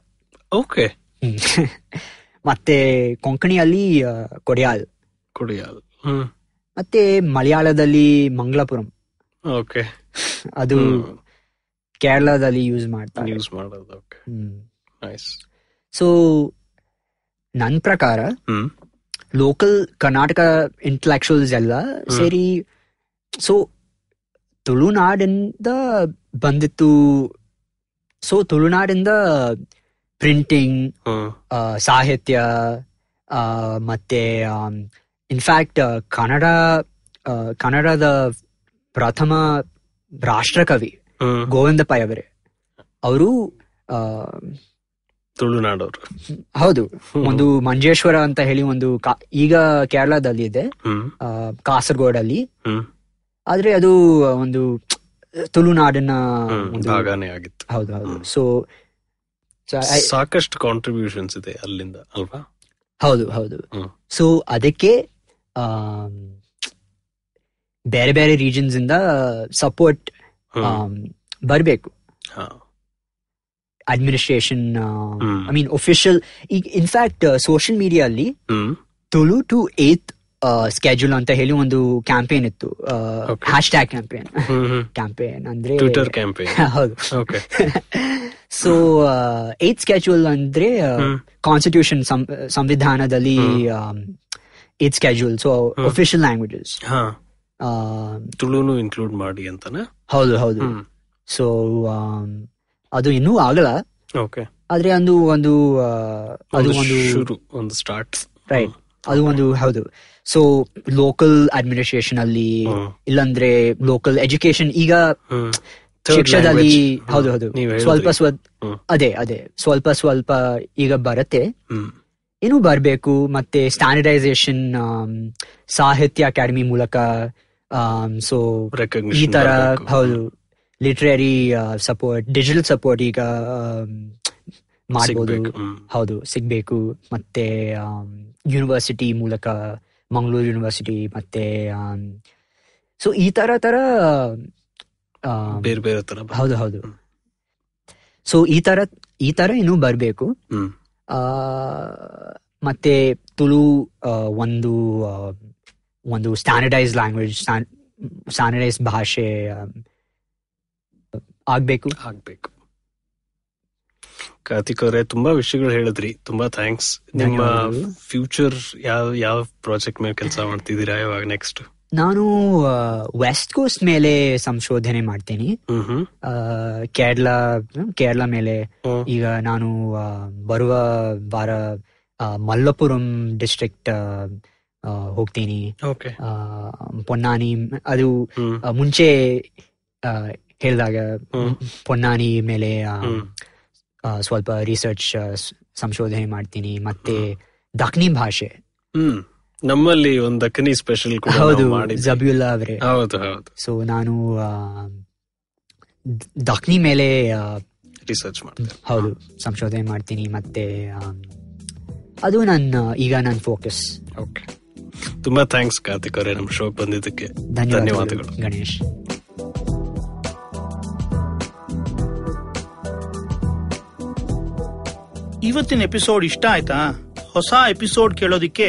[SPEAKER 2] ಓಕೆ
[SPEAKER 6] ಹ್ಮ್. ಮತ್ತೆ ಕೊಂಕಣಿಯಲ್ಲಿ ಆ, ಕೊಡಿಯಾಲ್
[SPEAKER 2] ಕುಡಿಯಲ್ ಹ್ಮ್
[SPEAKER 6] ಮತ್ತೆ ಮಲಯಾಳದಲ್ಲಿ ಮಂಗಳಪುರಂ
[SPEAKER 2] ಓಕೆ
[SPEAKER 6] ಅದು ಕೇರಳದಲ್ಲಿ ಯೂಸ್ ಮಾಡ್ತಾರೆ
[SPEAKER 2] ನ್ಯೂಸ್ ಮಾಡೋದು ಓಕೆ ನೈಸ್
[SPEAKER 6] ಸೊ ನನ್ನ ಪ್ರಕಾರ
[SPEAKER 2] ಹ್ಮ್
[SPEAKER 6] ಲೋಕಲ್ ಕರ್ನಾಟಕ ಇಂಟಲೆಕ್ಚುಯಲ್ಸ್ ಎಲ್ಲ ಸೇರಿ ಸೊ ತುಳುನಾಡಿಂದ ಬಂದಿತ್ತು ಸೊ ತುಳುನಾಡಿಂದ ಪ್ರಿಂಟಿಂಗ್
[SPEAKER 2] ಹ್ಮ್
[SPEAKER 6] ಸಾಹಿತ್ಯ ಆ, ಮತ್ತೆ ಇನ್ಫ್ಯಾಕ್ಟ್ ಕನ್ನಡ ಆ, ಕನ್ನಡದ ಪ್ರಥಮ ರಾಷ್ಟ್ರಕವಿ
[SPEAKER 2] ಹ್ಮ್
[SPEAKER 6] ಗೋವಿಂದ ಪೈ ಅವರೇ ಅವರು
[SPEAKER 2] ತುಳುನಾಡವ್ರು
[SPEAKER 6] ಹೌದು ಒಂದು ಮಂಜೇಶ್ವರ ಅಂತ ಹೇಳಿ ಒಂದು ಕಾ- ಈಗ ಕೇರಳದಲ್ಲಿ ಇದೆ
[SPEAKER 2] ಹ್ಮ್
[SPEAKER 6] ಆ, ಕಾಸರಗೋಡಲ್ಲಿ
[SPEAKER 2] ಹ್ಮ್
[SPEAKER 6] ಆದ್ರೆ ಅದು ಒಂದು ತುಳುನಾಡಿನ
[SPEAKER 2] ಹ್ಮ್
[SPEAKER 6] ಒಂದು
[SPEAKER 2] ಭಾಗನೇ ಆಗಿತ್ತು
[SPEAKER 6] ಹೌದು ಹೌದು
[SPEAKER 2] ಹ್ಮ್.
[SPEAKER 6] ಸೊ
[SPEAKER 2] ಸಾಕಷ್ಟು ಕಾಂಟ್ರಿಬ್ಯೂಷನ್ಸ್ ಇದೆ ಅಲ್ಲಿಂದ ಅಲ್ವಾ
[SPEAKER 6] ಹೌದು ಹೌದು
[SPEAKER 2] ಹ್ಮ್.
[SPEAKER 6] ಸೊ ಅದಕ್ಕೆ ಆಮ್, ಬೇರೆ ಬೇರೆ ರೀಜನ್ಸ್ ಇಂದ ಸಪೋರ್ಟ್
[SPEAKER 2] ಹ್ಮ್.
[SPEAKER 6] ಬರಬೇಕು
[SPEAKER 2] ಹಾ.
[SPEAKER 6] Administration
[SPEAKER 2] hmm.
[SPEAKER 6] I mean official ಈಗ ಇನ್ಫ್ಯಾಕ್ಟ್ ಸೋಷಿಯಲ್ ಮೀಡಿಯಾ ಅಲ್ಲಿ
[SPEAKER 2] ಹ್ಮ್
[SPEAKER 6] ತುಳು ಟು ಏತ್ ಸ್ಕೆಡ್ಯೂಲ್ ಅಂತ ಹೇಳಿ ಒಂದು ಕ್ಯಾಂಪೇನ್ ಇತ್ತು
[SPEAKER 2] Okay.
[SPEAKER 6] Hashtag campaign
[SPEAKER 2] hmm
[SPEAKER 6] campaign ಅಂದ್ರೆ
[SPEAKER 2] ಟ್ವಿಟರ್ ಕ್ಯಾಂಪೇನ್
[SPEAKER 6] ಹೌದು
[SPEAKER 2] ಓಕೆ
[SPEAKER 6] ಸೊ ಏತ್ ಸ್ಕೆಡ್ಯೂಲ್ ಅಂದ್ರೆ
[SPEAKER 2] ಹ್ಮ್.
[SPEAKER 6] ಕಾನ್ಸ್ಟಿಟ್ಯೂಷನ್ ಸಂವಿಧಾನದಲ್ಲಿ eighth schedule so
[SPEAKER 2] hmm.
[SPEAKER 6] Official languages
[SPEAKER 2] ಹಾ ತುಳುನು ಇನ್ಕ್ಲೂಡ್ ಮಾಡಿ ಅಂತಾನೆ
[SPEAKER 6] ಹೌದು ಹೌದು
[SPEAKER 2] ಹ್ಮ್
[SPEAKER 6] ಸೊ ಅದು ಇನ್ನೂ ಆಗಲ್ಲ
[SPEAKER 2] ಓಕೆ
[SPEAKER 6] ಆದ್ರೆ ಅದು ಒಂದು ಆ,
[SPEAKER 2] ಅದು
[SPEAKER 6] ಅದು ಒಂದು
[SPEAKER 2] ಶುರು ಒಂದು ಸ್ಟಾರ್ಟ್
[SPEAKER 6] ರೈಟ್ ಅದು ಒಂದು ಹೌದು ಸೊ ಲೋಕಲ್ ಅಡ್ಮಿನಿಸ್ಟ್ರೇಷನ್ ಅಲ್ಲಿ
[SPEAKER 2] ಹ್ಮ್.
[SPEAKER 6] ಇಲ್ಲಾಂದ್ರೆ ಲೋಕಲ್ ಎಜುಕೇಶನ್ ಈಗ
[SPEAKER 2] ಹ್ಮ್
[SPEAKER 6] ಶಿಕ್ಷಣದಲ್ಲಿ ಹೌದು ಹೌದು ಸ್ವಲ್ಪ ಸ್ವಲ್ಪ
[SPEAKER 2] ಹ್ಮ್.
[SPEAKER 6] ಅದೇ ಅದೇ ಸ್ವಲ್ಪ ಸ್ವಲ್ಪ ಈಗ ಬರುತ್ತೆ
[SPEAKER 2] ಹ್ಮ್
[SPEAKER 6] ಇನ್ನೂ ಬರಬೇಕು ಮತ್ತೆ um, ಸ್ಟ್ಯಾಂಡರ್ಡೈಸೇಷನ್ ಸಾಹಿತ್ಯ ಅಕಾಡೆಮಿ ಮೂಲಕ ಸೊ um, ಈ
[SPEAKER 2] ರೆಕಗ್ನಿಷನ್
[SPEAKER 6] ತರ ಹೌದು uh, literary support digital support ಈಗ ಆಮ್, ಮಾಡ್ಬೋದು
[SPEAKER 2] ಸಿಗ್ಬೇಕು, ಹ್ಮ್.
[SPEAKER 6] ಹೌದು ಸಿಗ್ಬೇಕು ಮತ್ತೆ ಯೂನಿವರ್ಸಿಟಿ ಮೂಲಕ ಮಂಗಳೂರು ಯೂನಿವರ್ಸಿಟಿ ಮತ್ತೆ ಸೊ ಈ ತರ ತರ ಆಮ್,
[SPEAKER 2] ಬೇರೆ ಬೇರೆ ತರ ಬ-
[SPEAKER 6] ಹೌದು ಹೌದು
[SPEAKER 2] ಹ್ಮ್.
[SPEAKER 6] ಸೊ ಈ ತರ ಈ ತರ ಇನ್ನೂ ಬರಬೇಕು
[SPEAKER 2] ಹ್ಮ್
[SPEAKER 6] ಆ, ಮತ್ತೆ ತುಳು ಆ, ಒಂದು ಆ, ಒಂದು ಸ್ಟ್ಯಾಂಡರ್ಡೈಸ್ ಲ್ಯಾಂಗ್ವೇಜ್ ಸ್ಟ್ಯಾಂಡರ್ಡೈಸ್ ಭಾಷೆ ಆ, ಆಗ್ಬೇಕು
[SPEAKER 2] ಆಗ್ಬೇಕು ಕಾರ್ತಿಕ್ ಅವರೇ ತುಂಬಾ ವಿಷಯಗಳು ಹೇಳಿದ್ರಿ ತುಂಬಾ ಥ್ಯಾಂಕ್ಸ್ ನಿಮ್ಮ
[SPEAKER 6] ಧನ್ಯವಾದಗಳು.
[SPEAKER 2] ಫ್ಯೂಚರ್ ಯಾವ ಯಾವ ಪ್ರಾಜೆಕ್ಟ್ ಮೇಲೆ ಕೆಲಸ ಮಾಡ್ತಿದ್ದೀರಾ ಇವಾಗ ನೆಕ್ಸ್ಟ್
[SPEAKER 6] ನಾನು ವೆಸ್ಟ್ ಕೋಸ್ಟ್ ಮೇಲೆ ಸಂಶೋಧನೆ ಮಾಡ್ತೀನಿ
[SPEAKER 2] ಹ್ಮ್ ಹ್ಮ್
[SPEAKER 6] ಆ, ಕೇರಳ ಕೇರಳ ಮೇಲೆ
[SPEAKER 2] ಹ್ಮ್.
[SPEAKER 6] ಈಗ ನಾನು ಆ, ಬರುವ ವಾರ ಆ, ಮಲ್ಲಪುರಂ ಡಿಸ್ಟ್ರಿಕ್ಟ್ ಹೋಗ್ತೀನಿ
[SPEAKER 2] ಓಕೆ
[SPEAKER 6] ಆ, ಪೊನ್ನಾನಿ ಅದು
[SPEAKER 2] ಹ್ಮ್
[SPEAKER 6] ಆ, ಮುಂಚೆ ಆ, ಹೇಳಿದಾಗ
[SPEAKER 2] ಹ್ಮ್.
[SPEAKER 6] ಪೊನ್ನಾನಿ ಮೇಲೆ ಆ,
[SPEAKER 2] ಹ್ಮ್.
[SPEAKER 6] ಆ, ಸ್ವಲ್ಪ ರಿಸರ್ಚ್ ಸಂಶೋಧನೆ ಮಾಡ್ತೀನಿ ಮತ್ತೆ ದಕ್ನಿ ಭಾಷೆ
[SPEAKER 2] ಹ್ಮ್ ನಮ್ಮಲ್ಲಿ ಒಂದು ಅಕ್ಕನಿ ಸ್ಪೆಷಲ್ ಕೂಡ ನಾವು
[SPEAKER 6] ಹೌದು
[SPEAKER 2] ಮಾಡಿದ್ವಿ.
[SPEAKER 6] ಜಬಿಯುಲ್ಲಾ ಅವರೇ
[SPEAKER 2] ಹೌದು ಹೌದು
[SPEAKER 6] ಸೊ ನಾನು ಆ, ದ- ದಕ್ನಿ ಮೇಲೆ ಆ,
[SPEAKER 2] ರಿಸರ್ಚ್ ಮಾಡ್ತೇವೆ
[SPEAKER 6] ಹೌದು ಸಂಶೋಧನೆ ಮಾಡ್ತೀನಿ ಮತ್ತೆ ಆ, ಅದು ನನ್ನ ಈಗ ನನ್ನ ಫೋಕಸ್
[SPEAKER 2] ಓಕೆ ತುಂಬಾ ಥ್ಯಾಂಕ್ಸ್ ಕಾರ್ತಿಕ್ ಅವರೇ ನಮ್ಮ ಶೋ ಬಂದಿದ್ದಕ್ಕೆ
[SPEAKER 6] ಧನ್ಯವಾದಗಳು
[SPEAKER 2] ಧನ್ಯವಾದಗಳು
[SPEAKER 6] ಗಣೇಶ್
[SPEAKER 4] ಇವತ್ತಿನ ಎಪಿಸೋಡ್ ಇಷ್ಟ ಆಯ್ತಾ ಹೊಸ ಎಪಿಸೋಡ್ ಕೇಳೋದಿಕ್ಕೆ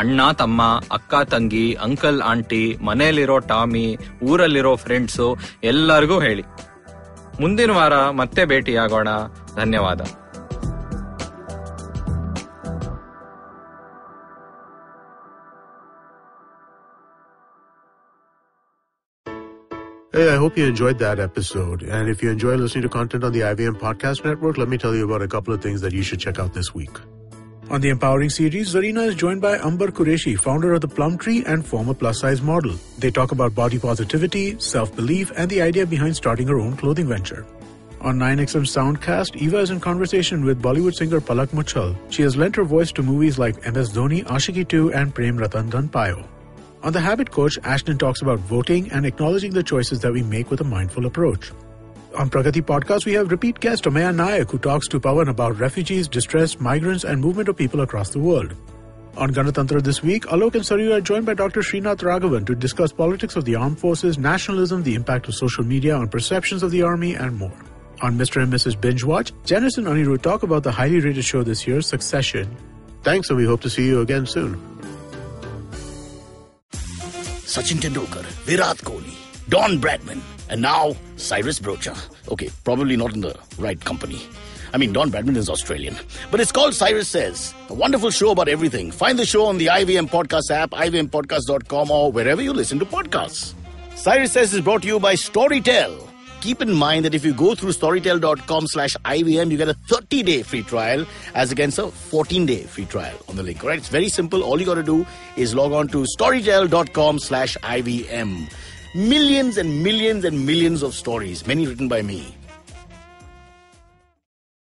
[SPEAKER 3] ಅಣ್ಣ ತಮ್ಮ ಅಕ್ಕ ತಂಗಿ ಅಂಕಲ್ ಆಂಟಿ ಮನೆಯಲ್ಲಿರೋ ಟಾಮಿ ಊರಲ್ಲಿರೋ ಫ್ರೆಂಡ್ಸು ಎಲ್ಲರಿಗೂ ಹೇಳಿ ಮುಂದಿನ ವಾರ ಮತ್ತೆ ಭೇಟಿಯಾಗೋಣ ಧನ್ಯವಾದ
[SPEAKER 7] Hey, I hope you enjoyed that episode. And if you enjoy listening to content on the IVM Podcast Network, let me tell you about a couple of things that you should check out this week. On the Empowering series, Zarina is joined by Amber Qureshi, founder of the Plum Tree and former plus size model. They talk about body positivity, self belief, and the idea behind starting her own clothing venture. On 9XM Soundcast, Eva is in conversation with Bollywood singer Palak Muchal. She has lent her voice to movies like MS Dhoni, Ashiki 2, and Prem Ratan Dhanpayo. On The Habit Coach, Ashton talks about voting and acknowledging the choices that we make with a mindful approach. On Pragati Podcast, we have repeat guest Omaya Nayak, who talks to Pawan about refugees, distress, migrants, and movement of people across the world. On Ganatantra this week, Alok and Saryu are joined by Dr. Srinath Raghavan to discuss politics of the armed forces, nationalism, the impact of social media on perceptions of the army, and more. On Mr. and Mrs. Binge Watch, Janice and Anirudh talk about the highly rated show this year, Succession. Thanks, and we hope to see you again soon.
[SPEAKER 8] Sachin Tendulkar, Virat Kohli, Don Bradman, and now Cyrus Brocha. Okay, probably not in the right company. I mean, Don Bradman is Australian. But it's called Cyrus Says. A wonderful show about everything. Find the show on the IVM Podcast app, ivmpodcast.com, or wherever you listen to podcasts. Cyrus Says is brought to you by Storytel. Keep in mind that if you go through storytel.com slash IVM, you get a 30 day free trial as against a 14 day free trial on the link. All right, it's very simple. All you got to do is log on to storytel.com slash IVM. Millions and millions and millions of stories, many written by me.